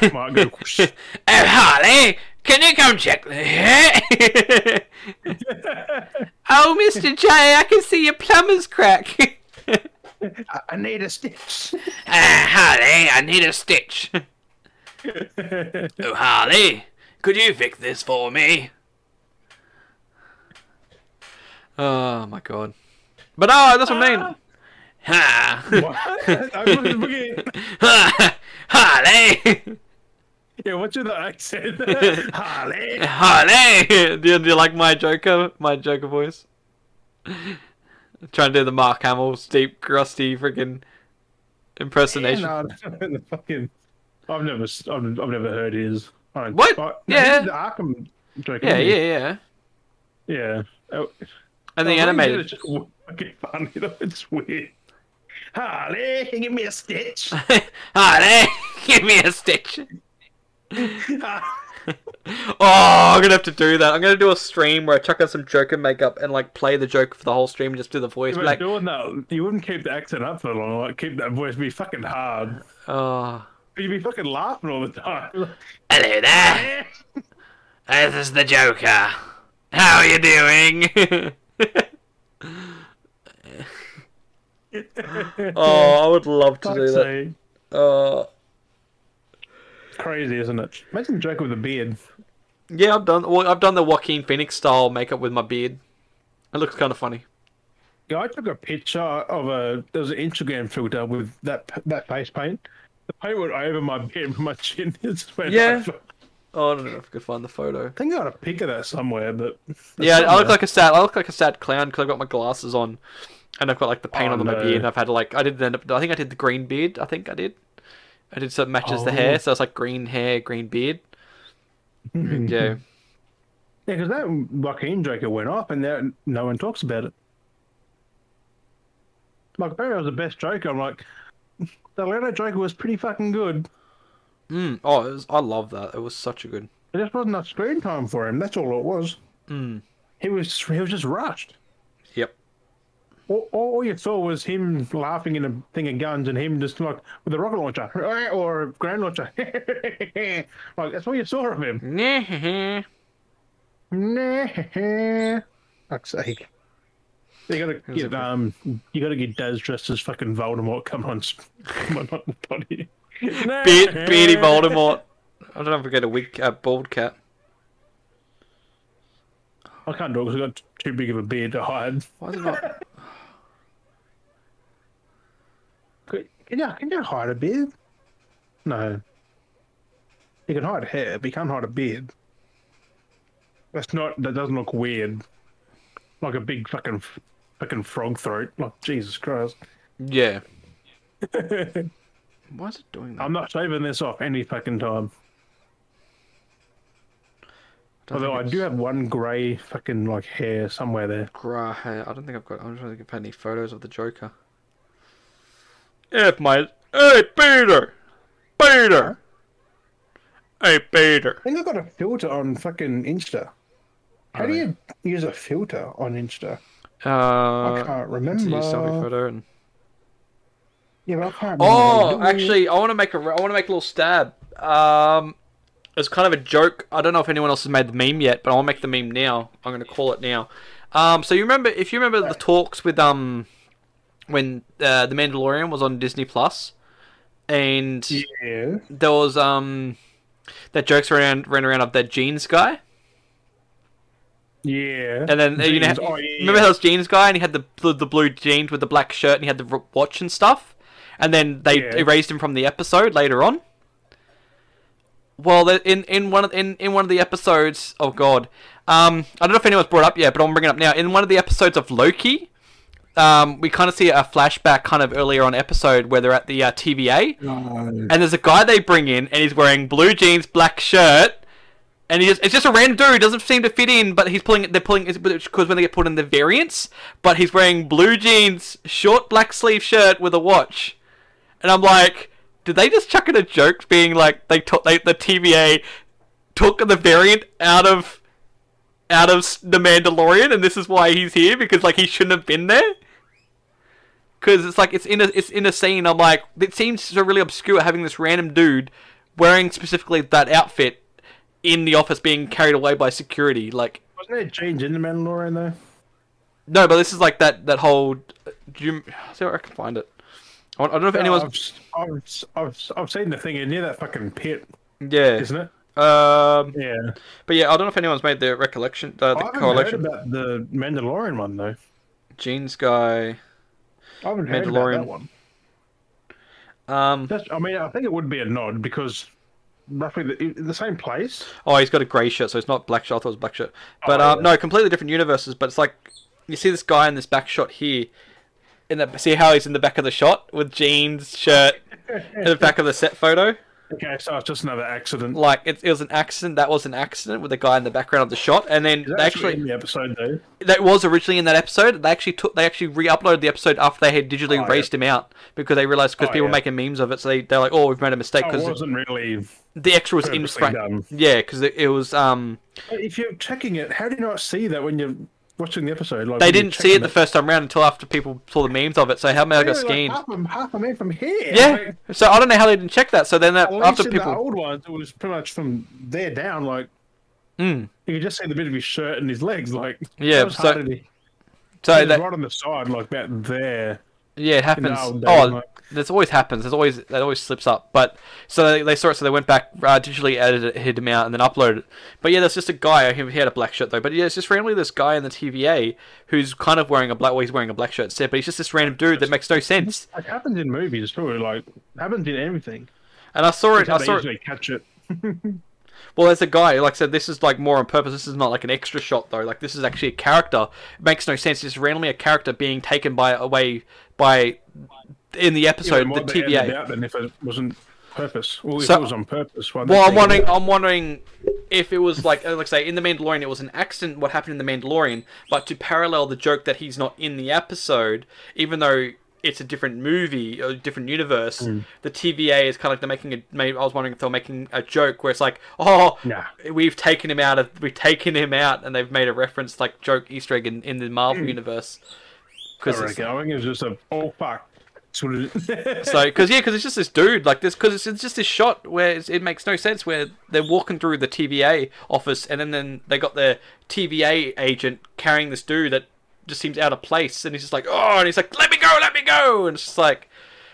A: back might go. whoosh.
B: oh, Harley, can you come check? oh, Mister J, I can see your plumber's crack. ah,
A: I, I need a stitch.
B: Harley, I need a stitch.
A: That'd
B: Oh, Harley, could you fix this for me? Oh my god! But no, that's what I mean. Ha!
A: I was looking-
B: Ha! Harley.
A: yeah, what's with the accent? Harley.
B: Harley! Do you, do you like my Joker? My Joker voice? Trying to do the Mark Hamill, deep, crusty, freaking impersonation.
A: Yeah, no, I don't know the fucking. I've never, s- I've, I've never heard his. I don't-
B: What?
A: I- no,
B: Yeah.
A: he's The Arkham Joker.
B: yeah,
A: isn't
B: yeah,
A: he?
B: yeah.
A: yeah. Oh,
B: And the
A: oh,
B: animated.
A: It's just fucking funny though. It's weird. Harley, give me a stitch.
B: Harley! Give me a stitch.
A: Harley,
B: Oh, I'm gonna have to do that. I'm gonna do a stream where I chuck on some Joker makeup and like play the Joker for the whole stream and just do the voice.
A: But
B: Like,
A: doing that, you wouldn't keep the accent up for long. Like keep that voice be fucking hard.
B: oh.
A: You'd be fucking laughing all the time.
B: Hello there. This is the Joker. How are you doing? oh, I would love to do
A: Fuck's
B: that.
A: sake.
B: Oh,
A: Crazy, isn't it? Imagine Joker with a beard.
B: yeah, I've done. Well, I've done the Joaquin Phoenix style makeup with my beard. It looks kind of funny.
A: Yeah, I took a picture of a there was an Instagram filter with that that face paint. The paint went over my beard and my chin. It's went
B: Yeah.
A: over.
B: Oh, I don't know if I could find the photo.
A: I think I got a pic of that somewhere, but it's
B: Yeah, I
A: somewhere.
B: look like a sad. I look like a sad clown because I've got my glasses on, and I've got like the paint
A: Oh,
B: on my
A: no.
B: beard. And I've had like I did end up. I think I did the green beard. I think I did. I did so it matches the
A: Oh.
B: hair, so it's like green hair, green beard. yeah.
A: yeah, because that Joaquin Joker went off, and that no one talks about it. Like apparently, I was the best Joker. I'm like, the Leto Joker was pretty fucking good.
B: Mm, oh, it was, I love that. It was such a good.
A: There just wasn't enough screen time for him. That's all it was.
B: Mm.
A: He was he was just rushed.
B: Yep.
A: all, all all you saw was him laughing in a thing of guns and him just like with a rocket launcher or a grand launcher. like that's all you saw of him. Nah. Fuck's sake. You gotta get um, you gotta get Daz dressed as fucking Voldemort. Come on, s- come on, on the body. Nah.
B: Be- Beardy Voldemort. I don't know if we get a wig, uh, bald cat.
A: I can't do it because I got t- too big of a beard to hide.
B: Why is it not?
A: Could- Can you, can you hide a beard? No. You can hide hair, but you can't hide a beard. That's not. That doesn't look weird. Like a big fucking f- fucking frog throat. Like Jesus Christ.
B: Yeah. Why is it doing that?
A: I'm not shaving this off any fucking time.
B: don't
A: Although
B: think
A: I
B: it's
A: do have one grey fucking like hair somewhere there.
B: gra- hair. I don't think I've got. I'm just trying to find any photos of the Joker. If my hey Peter, Peter, hey Peter.
A: I think I got a filter on fucking Insta. How do you use a filter on Insta? I
B: Uh,
A: can't
B: to
A: remember.
B: use selfie photo and.
A: Yeah, but I can't.
B: Oh,
A: remember.
B: actually, I want to make a. I want to make a little stab. Um, it's kind of a joke. I don't know if anyone else has made the meme yet, but I'll make the meme now. I'm going to call it now. Um, so you remember if you remember the talks with um, when uh, the Mandalorian was on Disney Plus, and
A: Yeah.
B: there was um, that jokes around ran around of that jeans guy.
A: Yeah.
B: And then uh, you know,
A: Jeans. Oh, yeah,
B: remember
A: yeah.
B: how this jeans guy and he had the blue, the blue jeans with the black shirt and he had the r- watch and stuff, and then they
A: Yeah.
B: erased him from the episode later on. Well, the- in in one of in, in one of the episodes, oh god, um, I don't know if anyone's brought up yet, but I'm bringing it up now. In one of the episodes of Loki, um, we kind of see a flashback, kind of earlier on episode where they're at the uh, TVA, and there's a guy they bring in, and he's wearing blue jeans, black shirt, and he just—it's just a random dude. Doesn't seem to fit in, but he's pulling. They're pulling because when they get put in the variants, but he's wearing blue jeans, short black sleeve shirt with a watch, and I'm like, did they just chuck in a joke, being like they took they, the TVA took the variant out of out of s- the Mandalorian, and this is why he's here because like he shouldn't have been there. Because it's like it's in a it's in a scene. I'm like, it seems so really obscure having this random dude wearing specifically that outfit in the office being carried away by security. Like,
A: Wasn't there change in the Mandalorian though?
B: no, but this is like that that whole. uh, Do you, see where I can find it. I don't know if
A: I've,
B: anyone's.
A: s- I've, s- I've, s- I've seen the thing in near that fucking pit,
B: Yeah.
A: isn't it?
B: Um.
A: Yeah.
B: But yeah, I don't know if anyone's made the recollection, uh,
A: I
B: the
A: haven't
B: correlation.
A: heard about the Mandalorian one though.
B: Jeans guy.
A: I haven't heard about
B: Mandalorian.
A: that one.
B: Um.
A: That's, I mean, I think it would be a nod because roughly the, the same place.
B: Oh, he's got a grey shirt, so it's not black shirt. I thought it was black shirt. But
A: Oh,
B: um,
A: yeah.
B: no, completely different universes. But it's like you see this guy in this back shot here. In the, see how he's in the back of the shot with jeans, shirt, in the back of the set photo.
A: Okay, so it's just another accident.
B: Like it, it was an accident. That was an accident with the guy in the background of the shot. And then
A: Is
B: they
A: that
B: actually,
A: actually in the episode though.
B: that was originally in that episode. They actually took, they actually re-uploaded the episode after they had digitally
A: Oh, yeah.
B: erased him out because they realized because
A: Oh,
B: people were
A: yeah.
B: making memes of it. So they they're like, oh, we've made a mistake
A: Oh, it
B: because
A: wasn't really.
B: the extra was in
A: purposely
B: frame.
A: done.
B: Yeah, because it, it was um.
A: If you're checking it, how do you not see that when you're watching the episode? Like
B: They
A: when you're
B: didn't see it
A: checking
B: the first time round until after people saw the memes of it. So how many I got
A: Yeah, like,
B: schemed?
A: half, of, half of me from here.
B: yeah.
A: Like,
B: So I don't know how they didn't check that. So then that
A: at least
B: after
A: in the
B: people,
A: old ones, it was pretty much from there down. Like
B: Mm.
A: you could just see the bit of his shirt and his legs. Like
B: Yeah,
A: that was
B: so-
A: harder to- it
B: so
A: was
B: that
A: right on the side, like about there.
B: yeah, it happens.
A: old days,
B: oh,
A: like-
B: that's always happens. There's always that always slips up. But so they, they saw it. So they went back, uh, digitally edited it, hid him out, and then uploaded it. But yeah, there's just a guy. He he had a black shirt though. But yeah, it's just randomly this guy in the TVA who's kind of wearing a black. Well, he's wearing a black shirt instead. But he's just this random dude that makes no sense.
A: It happens in movies too. Like happens in everything.
B: And I saw it.
A: How
B: I
A: they
B: saw it.
A: usually catch it.
B: Well, as a guy, like I said, this is like more on purpose. This is not like an extra shot though. Like this is actually a character. It makes no sense. It's randomly a character being taken by away by in the episode
A: Even
B: the
A: more they added
B: TVA.
A: out than if it wasn't purpose. Well, if
B: So-
A: it was on purpose. Why
B: Well,
A: they
B: I'm
A: did
B: wondering.
A: it.
B: I'm wondering if it was like, uh, like I say, in the Mandalorian, it was an accident. What happened in the Mandalorian, but to parallel the joke that he's not in the episode, even though it's a different movie, a different universe.
A: Hmm.
B: The TVA is kind of like they're making a. Maybe I was wondering if they were making a joke where it's like, oh,
A: Nah.
B: we've taken him out of, we've taken him out, and they've made a reference like joke Easter egg in, in the Marvel universe.
A: Hmm. I
B: Because
A: reckon. I think it was just a oh fuck. That's what it is.
B: so, because yeah, because it's just this dude like this. Because it's, it's just this shot where it's, it makes no sense. Where they're walking through the TVA office, and then then they got their TVA agent carrying this dude that just seems out of place, and he's just like, oh, and he's like, let me go, let me go, and it's just like,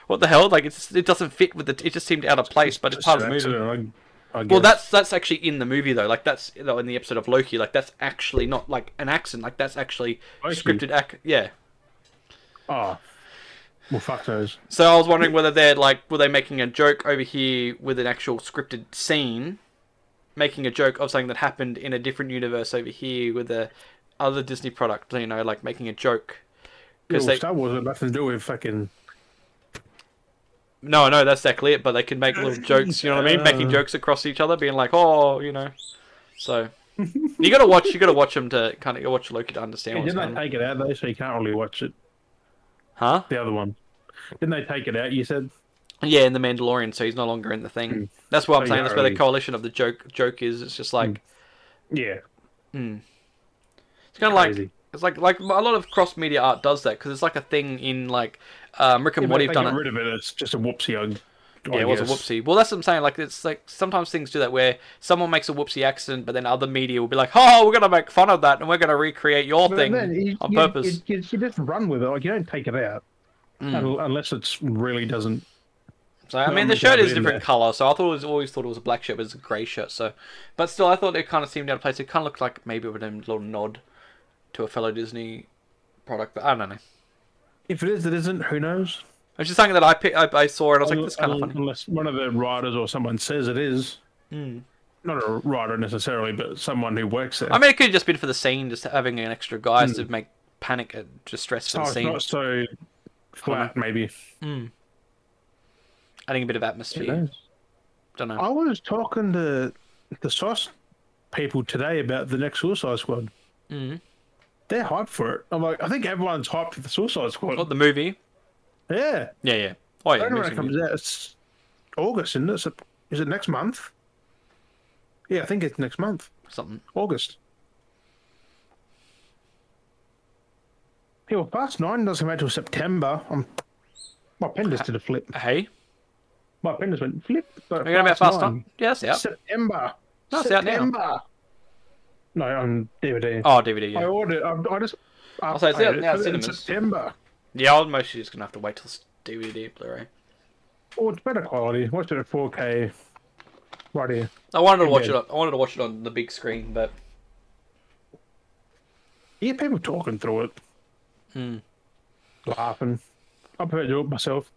B: what the hell? Like it's, it doesn't fit with the. It just seemed out of place, but
A: Just
B: it's part of
A: an
B: the movie.
A: accident, I, I guess.
B: Well, that's that's actually in the movie though. Like that's you know, in the episode of Loki. Like that's actually not like an accent. Like that's actually
A: Loki.
B: scripted. Ac- yeah.
A: Oh. Well, fuck those.
B: So I was wondering whether they're like were they making a joke over here with an actual scripted scene, making a joke of something that happened in a different universe over here with a other Disney product. You know, like making a joke.
A: Because
B: Because they
A: Star Wars had nothing to do with fucking.
B: no, no, that's exactly it. But they could make little jokes. You know what I mean? Making
A: Uh.
B: jokes across each other, being like, oh, you know. So you gotta watch. You gotta watch them to kind of watch Loki to understand.
A: Yeah,
B: what's
A: didn't
B: going
A: they
B: on.
A: take it out though? So you can't really watch it.
B: Huh?
A: The other one. Didn't they take it out? You said.
B: Yeah, in the Mandalorian, so he's no longer in the
A: Hmm.
B: thing. That's what I'm
A: So
B: saying.
A: you
B: That's
A: don't
B: where the
A: really-
B: coalition of the joke joke is. It's just
A: Hmm.
B: like
A: Yeah.
B: it's kind of like
A: Crazy.
B: it's like like a lot of cross media art does that because it's like a thing in like um, Rick and
A: Yeah, but
B: Morty
A: if
B: have
A: they
B: done
A: get
B: it.
A: rid of it. It's just a whoopsie. I, I
B: yeah, it was a
A: guess.
B: whoopsie. Well, that's what I'm saying. Like it's like sometimes things do that where someone makes a whoopsie accident, but then other media will be like, "Oh, we're gonna make fun of that, and we're gonna recreate your
A: But
B: thing
A: then you-
B: on
A: you-
B: purpose." Mm. Hmm.
A: You, you- you just run with it. Like you don't take it out, Un- unless it's really doesn't.
B: So I
A: No,
B: mean,
A: I'm
B: the
A: just gonna
B: shirt
A: put
B: is
A: it in
B: different
A: there.
B: color, so I thought it was always thought it was a black shirt, but it's a grey shirt. So, but still, I thought it kind of seemed out of place. It kind of looked like maybe it would have a little nod to a fellow Disney product, but I don't know.
A: If it is, it isn't. Who knows?
B: It's just something that I pick, I, I saw and I was like,
A: Un-
B: "That's kind of
A: un-
B: funny." Hmm.
A: Unless one of the writers or someone says it is. Not a writer necessarily, but someone who works there.
B: I mean, it could have just been for the scene, just having an extra guy to make panic and distress for
A: oh,
B: the
A: it's
B: scene,
A: Hmm. not so flat, maybe.
B: adding a bit of atmosphere. Don't know.
A: I was talking to the sauce people today about the next Suicide Squad. Mm. They're hyped for it. I'm like, I think everyone's hyped for the Suicide Squad.
B: Not the movie.
A: yeah.
B: Yeah, yeah. Oh
A: I
B: yeah.
A: don't know
B: movie's
A: when it
B: gonna be-
A: comes out. It's August, isn't it? Is, it? is it next month? Yeah, I think it's next month,
B: Something.
A: August. Yeah, well, Fast Nine doesn't come out till September. i my pen just did a flip.
B: Hey,
A: My pen just went flip. But
B: are you going about Fast Nine? Yeah, that's out.
A: September.
B: No, it's out now.
A: September. No, on DVD.
B: Oh, DVD.
A: I
B: Yeah,
A: ordered. I, I just. I'll
B: say it's out now, cinemas.
A: September.
B: yeah. I'm mostly just gonna have to wait till s- DVD Blu-ray.
A: Oh, it's better quality. Watch it at 4K. Right here.
B: I wanted to watch
A: bed.
B: it. On, I wanted to watch it on the big screen, but
A: hear people talking through it,
B: Hmm.
A: laughing. I prefer to do it myself.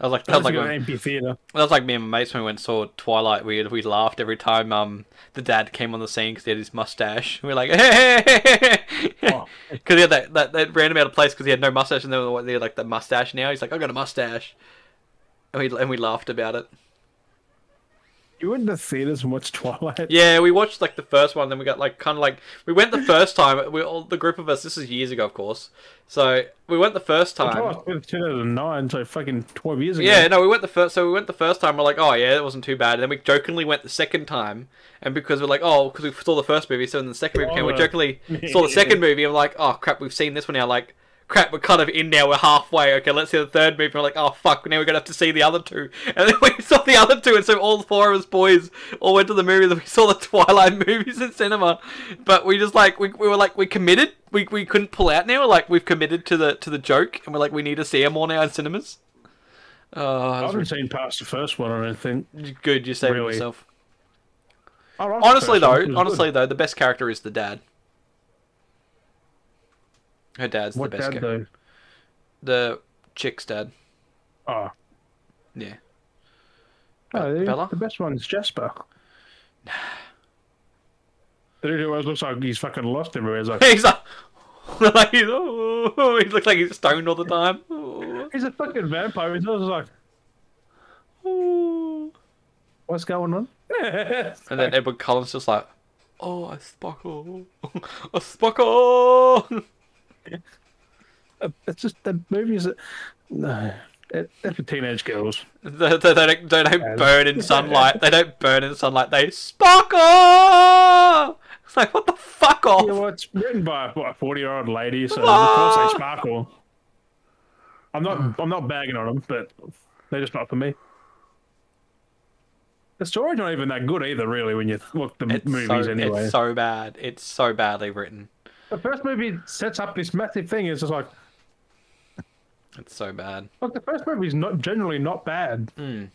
B: I was like, that
A: That's
B: was like,
A: like an
B: a,
A: empty theater.
B: that was like me and my mates when we went and saw Twilight. We we laughed every time um the dad came on the scene because he had his mustache. We were like, hey,
A: Oh.
B: because he had that, that that random out of place because he had no mustache and then they had like that mustache now. He's like, I got a mustache, and we and we laughed about it.
A: You went to theaters and watched Twilight.
B: Yeah, we watched like the first one, then we got like kind of like we went the first time. We all the group of us. This is years ago, of course. So we went the first time.
A: Twilight was 2009, so fucking 12 years ago.
B: Yeah, no, we went the first. So we went the first time. We're like, oh yeah, that wasn't too bad. And then we jokingly went the second time, and because we're like, oh, because we saw the first movie, so then the second movie came. We
A: Oh.
B: jokingly saw the second movie. I'm like, oh crap, we've seen this one now. Like, crap, we're kind of in now. We're halfway. Okay, let's see the third movie. We're like, oh fuck, now we're gonna have to see the other two. And then we saw the other two, and so all four of us boys all went to the movies. And we saw the Twilight movies in cinema, but we just like we, we were like we committed. We, we couldn't pull out now. Like we've committed to the to the joke, and we're like we need to see them all now in cinemas. Oh,
A: I
B: that was
A: haven't seen past the first one, I don't think.
B: Good, you're saving
A: Really.
B: yourself.
A: I liked the
B: Honestly,
A: first one, it
B: though,
A: was
B: honestly
A: good.
B: though, the best character is the dad. Her dad's
A: What
B: the best
A: dad,
B: character.
A: though?
B: The chick's dad.
A: Oh.
B: Ah. Yeah.
A: No, the-
B: Bella?
A: the best one's Jasper. The dude who always looks like he's fucking lost everywhere. He's like,
B: He's like, like he's, oh, he looks like he's stoned all the time. Oh,
A: he's a fucking vampire. He's always like,
B: oh.
A: what's going on? That's
B: And then Edward Cullen's just like, oh, I sparkle, I sparkle.
A: just the movies. That, no, it, it's Eh, for teenage girls.
B: They, they, they don't, they don't
A: And-
B: burn in sunlight. They don't burn in sunlight. They sparkle. It's like what the fuck off.
A: Yeah, well, it's written by what, a forty-year-old lady, so of course
B: Ah!
A: they sparkle. I'm not, I'm not bagging on them, but they're just not for me. The story's not even that good either, really, when you look at the
B: It's
A: movies
B: so,
A: anyway.
B: It's so bad. It's so badly written.
A: The first movie sets up this massive thing. It's just like,
B: It's so bad.
A: look, the first movie's not generally not bad.
B: Hmm.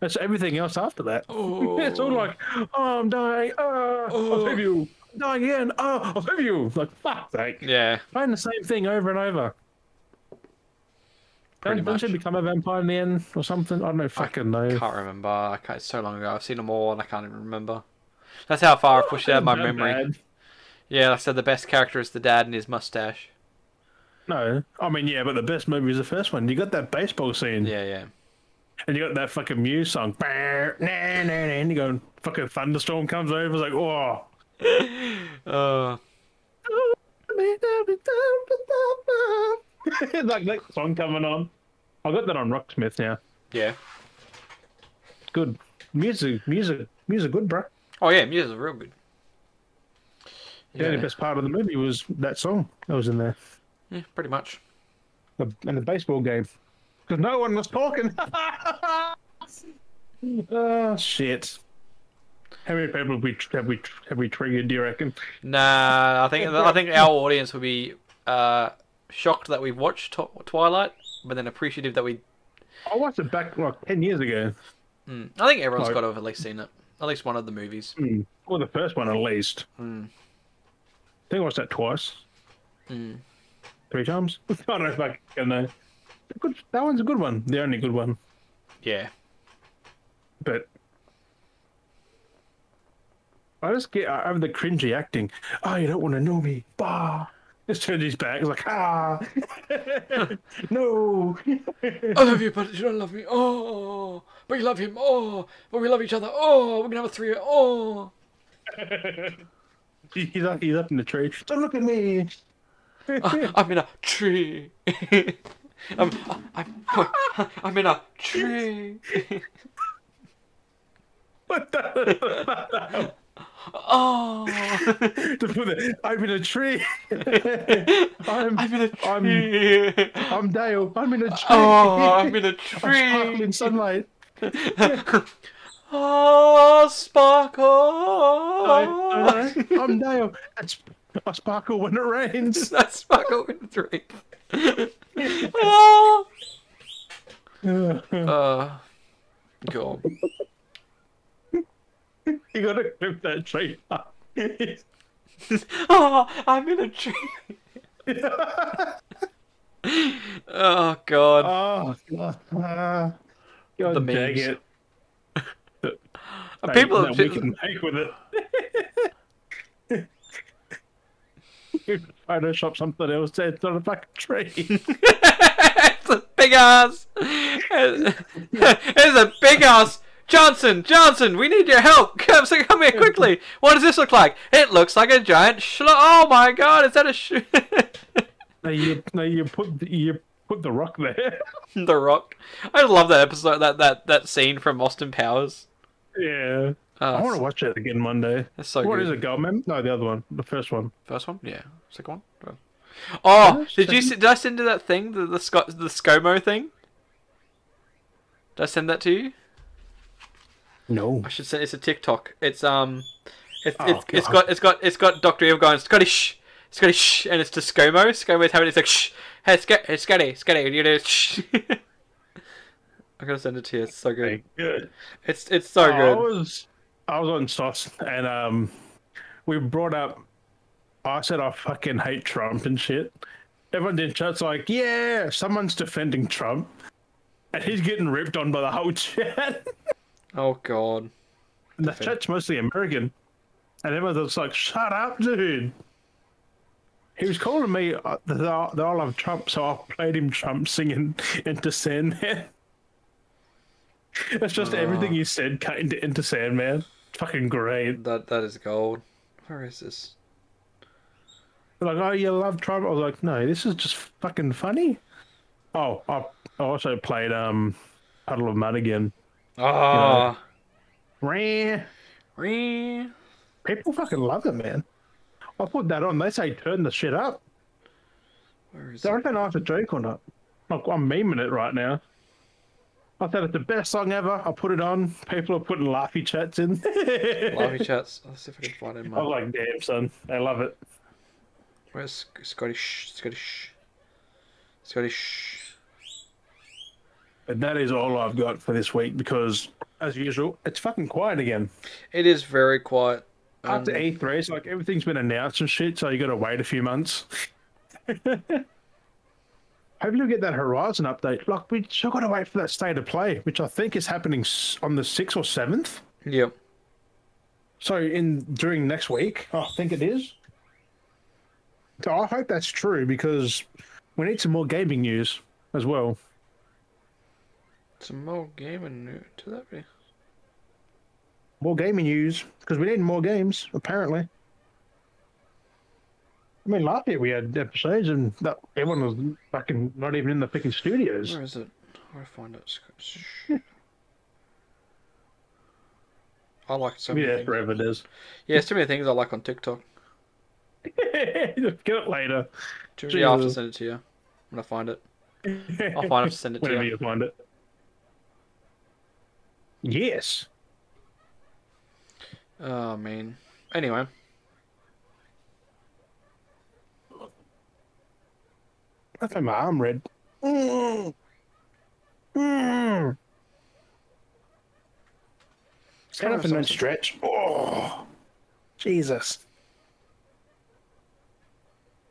A: It's everything else after that. It's all like, oh, I'm dying. Oh, I'll save you. I'm dying again. Oh, I'll save you. Like, fuck sake.
B: Yeah.
A: Playing the same thing over and over.
B: Pretty
A: Don't, don't you
B: much.
A: become a vampire in the end or something? I don't know. Fucking know.
B: Can't remember. I can't, it's so long ago. I've seen them all and I can't even remember. That's how far I pushed out my
A: Not
B: memory.
A: bad.
B: Yeah, like I said the best character is the dad and his mustache.
A: No, I mean yeah, but the best movie is the first one. You got that baseball scene,
B: Yeah, yeah.
A: and you got that fucking Muse song. Nah, nah, nah, and you go, fucking thunderstorm comes over. It's like, oh.
B: Uh,
A: like that song coming on. I got that on Rocksmith now.
B: yeah.
A: It's good music, music, music. Good, bro.
B: Oh yeah, music's real good.
A: The only
B: Yeah,
A: best part of the movie was that song that was in there.
B: yeah, pretty much.
A: the, in the baseball game because no one was talking. oh shit! How many people have we have we have we triggered? Do you reckon?
B: Nah, I think I think our audience would be uh, shocked that we watched Tw- Twilight, but then appreciative that we.
A: I watched it back like ten years ago.
B: Mm, I think everyone's
A: Like-
B: got to have at least seen it, at least one of the movies.
A: Well, the first one at least. I think I watched that twice, three times. I don't know if I can know. Good, that one's a good one. The only good one,
B: Yeah.
A: but. I just get I have the cringy acting. Oh, you don't want to know me. Bah. Just turns his back. He's like, ah, no.
B: I love you, but you don't love me. Oh, but you love him. Oh, but we love each other. Oh, we're gonna have a three. Oh,
A: He's up, he's up in the tree. Don't look at me.
B: I'm in a tree. I'm, I'm, I'm in a tree.
A: What the?
B: Oh,
A: to put it, I'm in a tree. I'm,
B: I'm in a
A: I'm-
B: tree.
A: I'm Dale. I'm in a tree.
B: oh, I'm in a
A: sparkling
B: tree.
A: sunlight.
B: oh, sparkle. Oh.
A: I, I, I'm Dale. I, sp- I sparkle when it rains.
B: I sparkle in the rain. oh.
A: you
B: Uh, God.
A: gotta clip that tree up.
B: oh, I'm in a tree. oh God.
A: oh, God. Ah, God
B: The
A: dang
B: memes.
A: it. The-
B: people
A: that
B: have-
A: Oh, we can make with it. Photoshop something else there, it's not a fucking tree.
B: it's a big ass. it's a big ass. Johnson, Johnson, we need your help. Come, so come here quickly. What does this look like? It looks like a giant shlo. Oh my God, is that a sh-
A: now you, now you put the- you put the rock there.
B: The Rock? I love that episode. That that that scene from Austin Powers.
A: Yeah,
B: Uh,
A: I want to watch that again one day.
B: That's so
A: What
B: good.
A: is it, Goldman? No, the other one, the first one.
B: First one, yeah. Second one. Oh,
A: First,
B: did you
A: second?
B: s- did I send you that thing the the Sco- the ScoMo thing? Did I send that to you?
A: No.
B: I should send. It's a TikTok. It's um, it's
A: Oh,
B: it's, it's
A: God.
B: got it's got it's got Doctor Evil going Scotty shh, Scotty shh, and it's to ScoMo. ScoMo's having it's like shh, hey Sc- hey Scotty, Scotty, you know shh. I'm gonna send it to you. It's so good.
A: Good.
B: It's it's so
A: I
B: good.
A: was I was on sauce and um we brought up I said I fucking hate Trump and shit. Everyone in chat's like, yeah, someone's defending Trump. And he's getting ripped on by the whole chat.
B: Oh God.
A: and the chat's mostly American. And everyone's just like, shut up, dude. He was calling me uh, the, the I love Trump, so I played him Trump singing into Sandman. It's just everything he said cut into, into Sandman. It's fucking great.
B: That that is gold. Where is this?
A: They're like, oh, you love Trump? I was like, no, this is just fucking funny. Oh, I, I also played um, Puddle of Mud again.
B: Ah.
A: Rah.
B: Wee.
A: People fucking love it, man. I put that on. They say turn the shit up.
B: Where is
A: Do I
B: it?
A: reckon I have a joke or not? Like, I'm memeing it right now. I thought it's the best song ever. I put it on. People are putting laughy chats in.
B: Lobby chats. Let's see if I can find it in
A: I was
B: my.
A: Oh, like, damn, son. They love it.
B: Where's Sc- Scottish? Scottish. Scottish.
A: But that is all I've got for this week because, as usual, it's fucking quiet again.
B: It is very quiet. Um,
A: After E3, it's like everything's been announced and shit, so you got to wait a few months. Hopefully, we'll get that Horizon update. Like, we still got to wait for that state of play, which I think is happening s- on the 6th or 7th.
B: Yep.
A: So, in during next week, I Oh, think it is. So, I hope that's true because we need some more gaming news as well.
B: Some more gaming new to that be?
A: More gaming news because we need more games, apparently. I mean, last year we had episodes and that everyone was fucking not even in the fucking studios.
B: Where is it? Where do I find it? Scottish. I like so many
A: Yeah,
B: things.
A: forever it is.
B: Yeah, so many things I like on TikTok.
A: Get it later.
B: Do you- Yeah, I'll have to
A: Jesus.
B: send it to you. I'm gonna find it. I'll find it to send it to
A: Whenever
B: you.
A: you find it. Yes.
B: Oh man. Anyway.
A: I think my arm red. Mm. Mm. Stand up and then stretch. Oh, Jesus.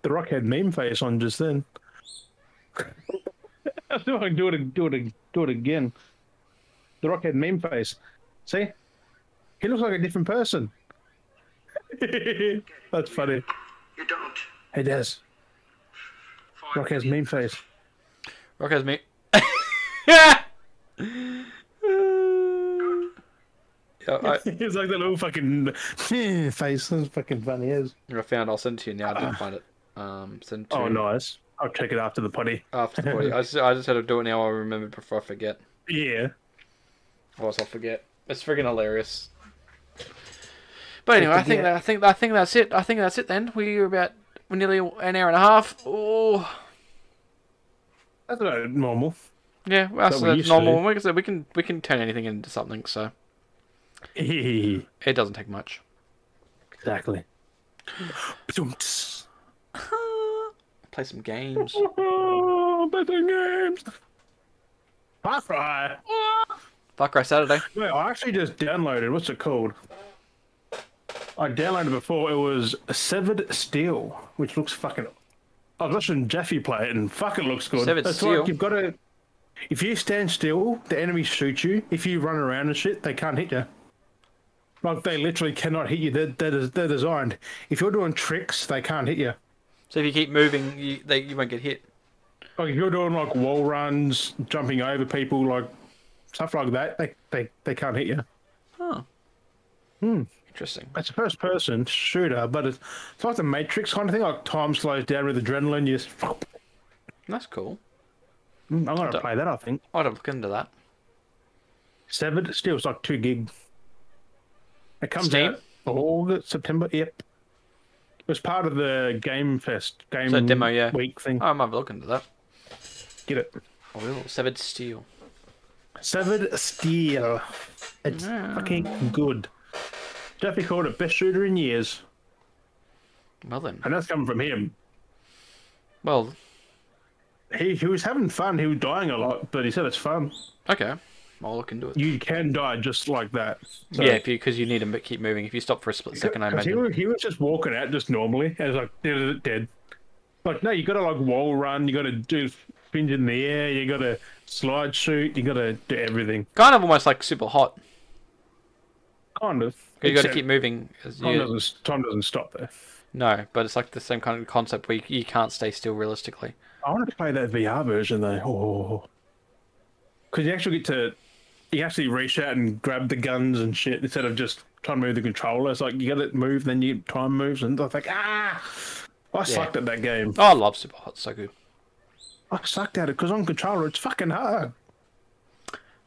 A: The Rock had meme face on just then. I do I can do it, do it, do it again. The Rock had meme face. See, he looks like a different person. That's funny.
C: You don't.
A: He does.
C: Fine.
A: Rock has meme face.
B: Rock has me. yeah, I,
A: It's like that little fucking face. That's fucking funny as.
B: I found. I'll send it to you now. I didn't find it. Um, send it to
A: Ah. Oh,
B: you
A: nice. I'll check it after the potty.
B: after the party. I just, I just had to do it now. I remember before I forget.
A: Yeah.
B: Otherwise, I'll forget. It's freaking hilarious. But anyway, I think
A: yeah.
B: that, I think I think that's it. I think that's it. Then we're about we're nearly an hour and a half. Oh,
A: That's about normal.
B: yeah. Well,
A: That
B: so
A: we
B: that's
A: used to
B: normal.
A: do.
B: Like I said, we can we can turn anything into something. So
A: exactly.
B: it doesn't take much. Play some games.
A: Oh, betting games. Far Cry.
B: Far Cry Saturday.
A: Wait, I actually just downloaded. What's it called? I downloaded before. It was Severed Steel, which looks fucking. I was watching Jeffy play it, and fuck, it looks good.
B: Severed
A: it's
B: Steel?
A: Like you've got to. If you stand still, the enemies shoot you. If you run around and shit, they can't hit you. Like they literally cannot hit you. They're, they're, des- they're designed. If you're doing tricks, they can't hit you.
B: So if you keep moving, you they, you won't get hit.
A: Like if you're doing like wall runs, jumping over people, like stuff like that, they they, they can't hit you.
B: Oh.
A: Hmm.
B: Interesting.
A: It's a first person shooter, but it's, it's like the Matrix kind of thing. Like time slows down with adrenaline. You just,
B: That's cool.
A: Mm, I'm gonna play that. I think
B: I'd have look into that.
A: severed still it's like two gig. It comes
B: Steam?
A: out August September. Yep, it was part of the Game Fest game
B: So demo, yeah. Oh.
A: week thing.
B: I might have a look into that.
A: Get it?
B: I will. Oh, Severed Steel.
A: Severed Steel. It's
B: Yeah.
A: fucking good. Jeffy called it best shooter in years,
B: Well then.
A: and that's coming from him.
B: Well,
A: He he was having fun. He was dying a lot, but he said it's fun.
B: okay. I'll look into it.
A: You can die just like that. So-
B: yeah, because you, need to m- keep moving. If you stop for a split second, I
A: 'Cause He
B: imagine.
A: was, he was just walking out just normally, and it's like dead, dead. Like no, you got to like wall run. You got to do spins in the air. You got to slide shoot. You got to do everything.
B: Kind of almost like super hot.
A: Kind of.
B: 'cause You got to
A: Except
B: keep moving. As
A: Time
B: you...
A: doesn't time doesn't stop there.
B: No, but it's like the same kind of concept where you, you can't stay still realistically.
A: I want to play that VR version though. Oh, because you actually get to you actually reach out and grab the guns and shit instead of just trying to move the controller. It's like you got to move, then you time moves, and it's like ah, I sucked at that game.
B: Oh, I love super hot. So good.
A: I sucked at it because on controller it's fucking hard.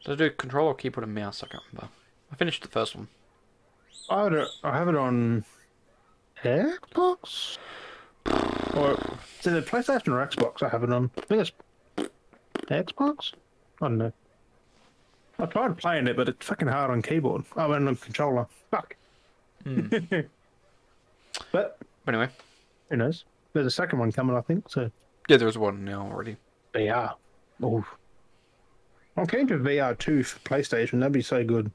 B: Did I do control or keyboard and mouse? I can't remember. I finished the first one.
A: I had it, I have it on Xbox. Or is it PlayStation or Xbox? I have it on. I think it's Xbox. I don't know. I tried playing it, but it's fucking hard on keyboard. I mean, on controller. Fuck. but
B: But anyway,
A: who knows? There's a second one coming, I think. So
B: yeah, there's one now already.
A: VR. Oh, I'm keen for VR two for PlayStation. That'd be so good.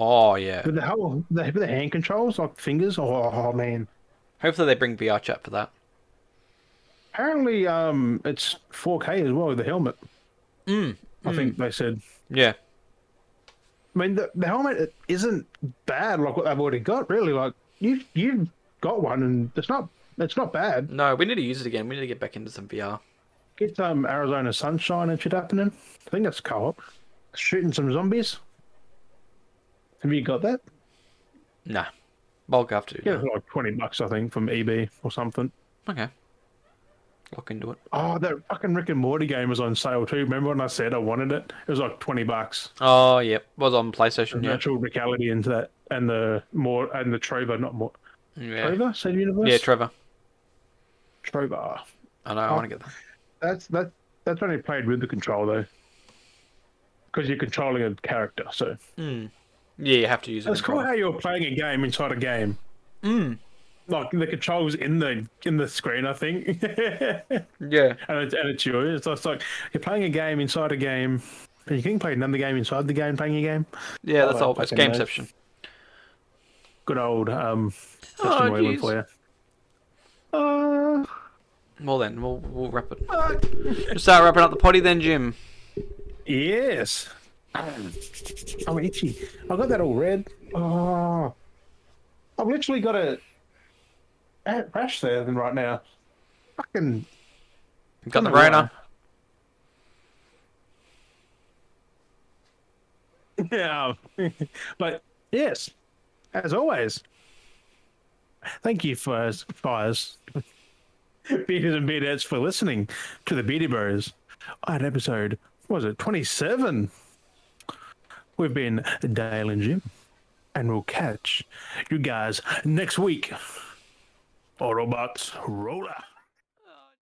B: Oh yeah.
A: With the whole, the, with the hand controls, like fingers. Oh, oh man.
B: Hopefully they bring VR chat for that.
A: Apparently, um, it's 4K as well with the helmet. I think they said.
B: Yeah.
A: I mean, the, the helmet isn't bad like what they've already got. Really, like you you've got one, and it's not it's not bad.
B: No, we need to use it again. We need to get back into some VR.
A: Get um Arizona sunshine and shit happening. I think that's co-op. Shooting some zombies. Have you got that?
B: Nah. Bulk after.
A: Yeah, for like twenty bucks, I think, from EB or something.
B: Okay. Look into it.
A: Oh, that fucking Rick and Morty game was on sale too. Remember when I said I wanted it? It was like twenty bucks.
B: Oh, yep. Was on PlayStation, yeah.
A: natural reality into that and the more and the Trover, not more
B: Yeah,
A: Trover, same universe.
B: yeah Trevor.
A: Trover.
B: I know, I want to get that.
A: That's that. That's only played with the control though, because you're controlling a character. So
B: Yeah, you have to use it.
A: it's
B: in
A: cool
B: Trevor.
A: how you're playing a game inside a game. Mm. Like the controls in the in the screen, I think, and
B: Yeah.
A: it's and it's yours. It's just like you're playing a game inside a game. And you can play another game inside the game, playing a game.
B: Yeah, that's
A: I
B: all. It's
A: Oh, fucking know.
B: Gameception.
A: Good old um, Justin
B: Oh,
A: Roiland
B: geez.
A: for you. Uh,
B: Well, then, we'll, we'll wrap it. We'll start wrapping up the potty then, Jim.
A: Yes. I'm itchy. I got that all red. Oh, I've literally got a, a rash there than right now. Fucking
B: You've got the
A: don't know
B: Rona.
A: yeah. but yes, as always, thank you for fires, beaters and beatettes for listening to the Beady Bros. On episode what was it twenty seven. We've been Dale and Jim, and we'll catch you guys next week. Autobots, roller.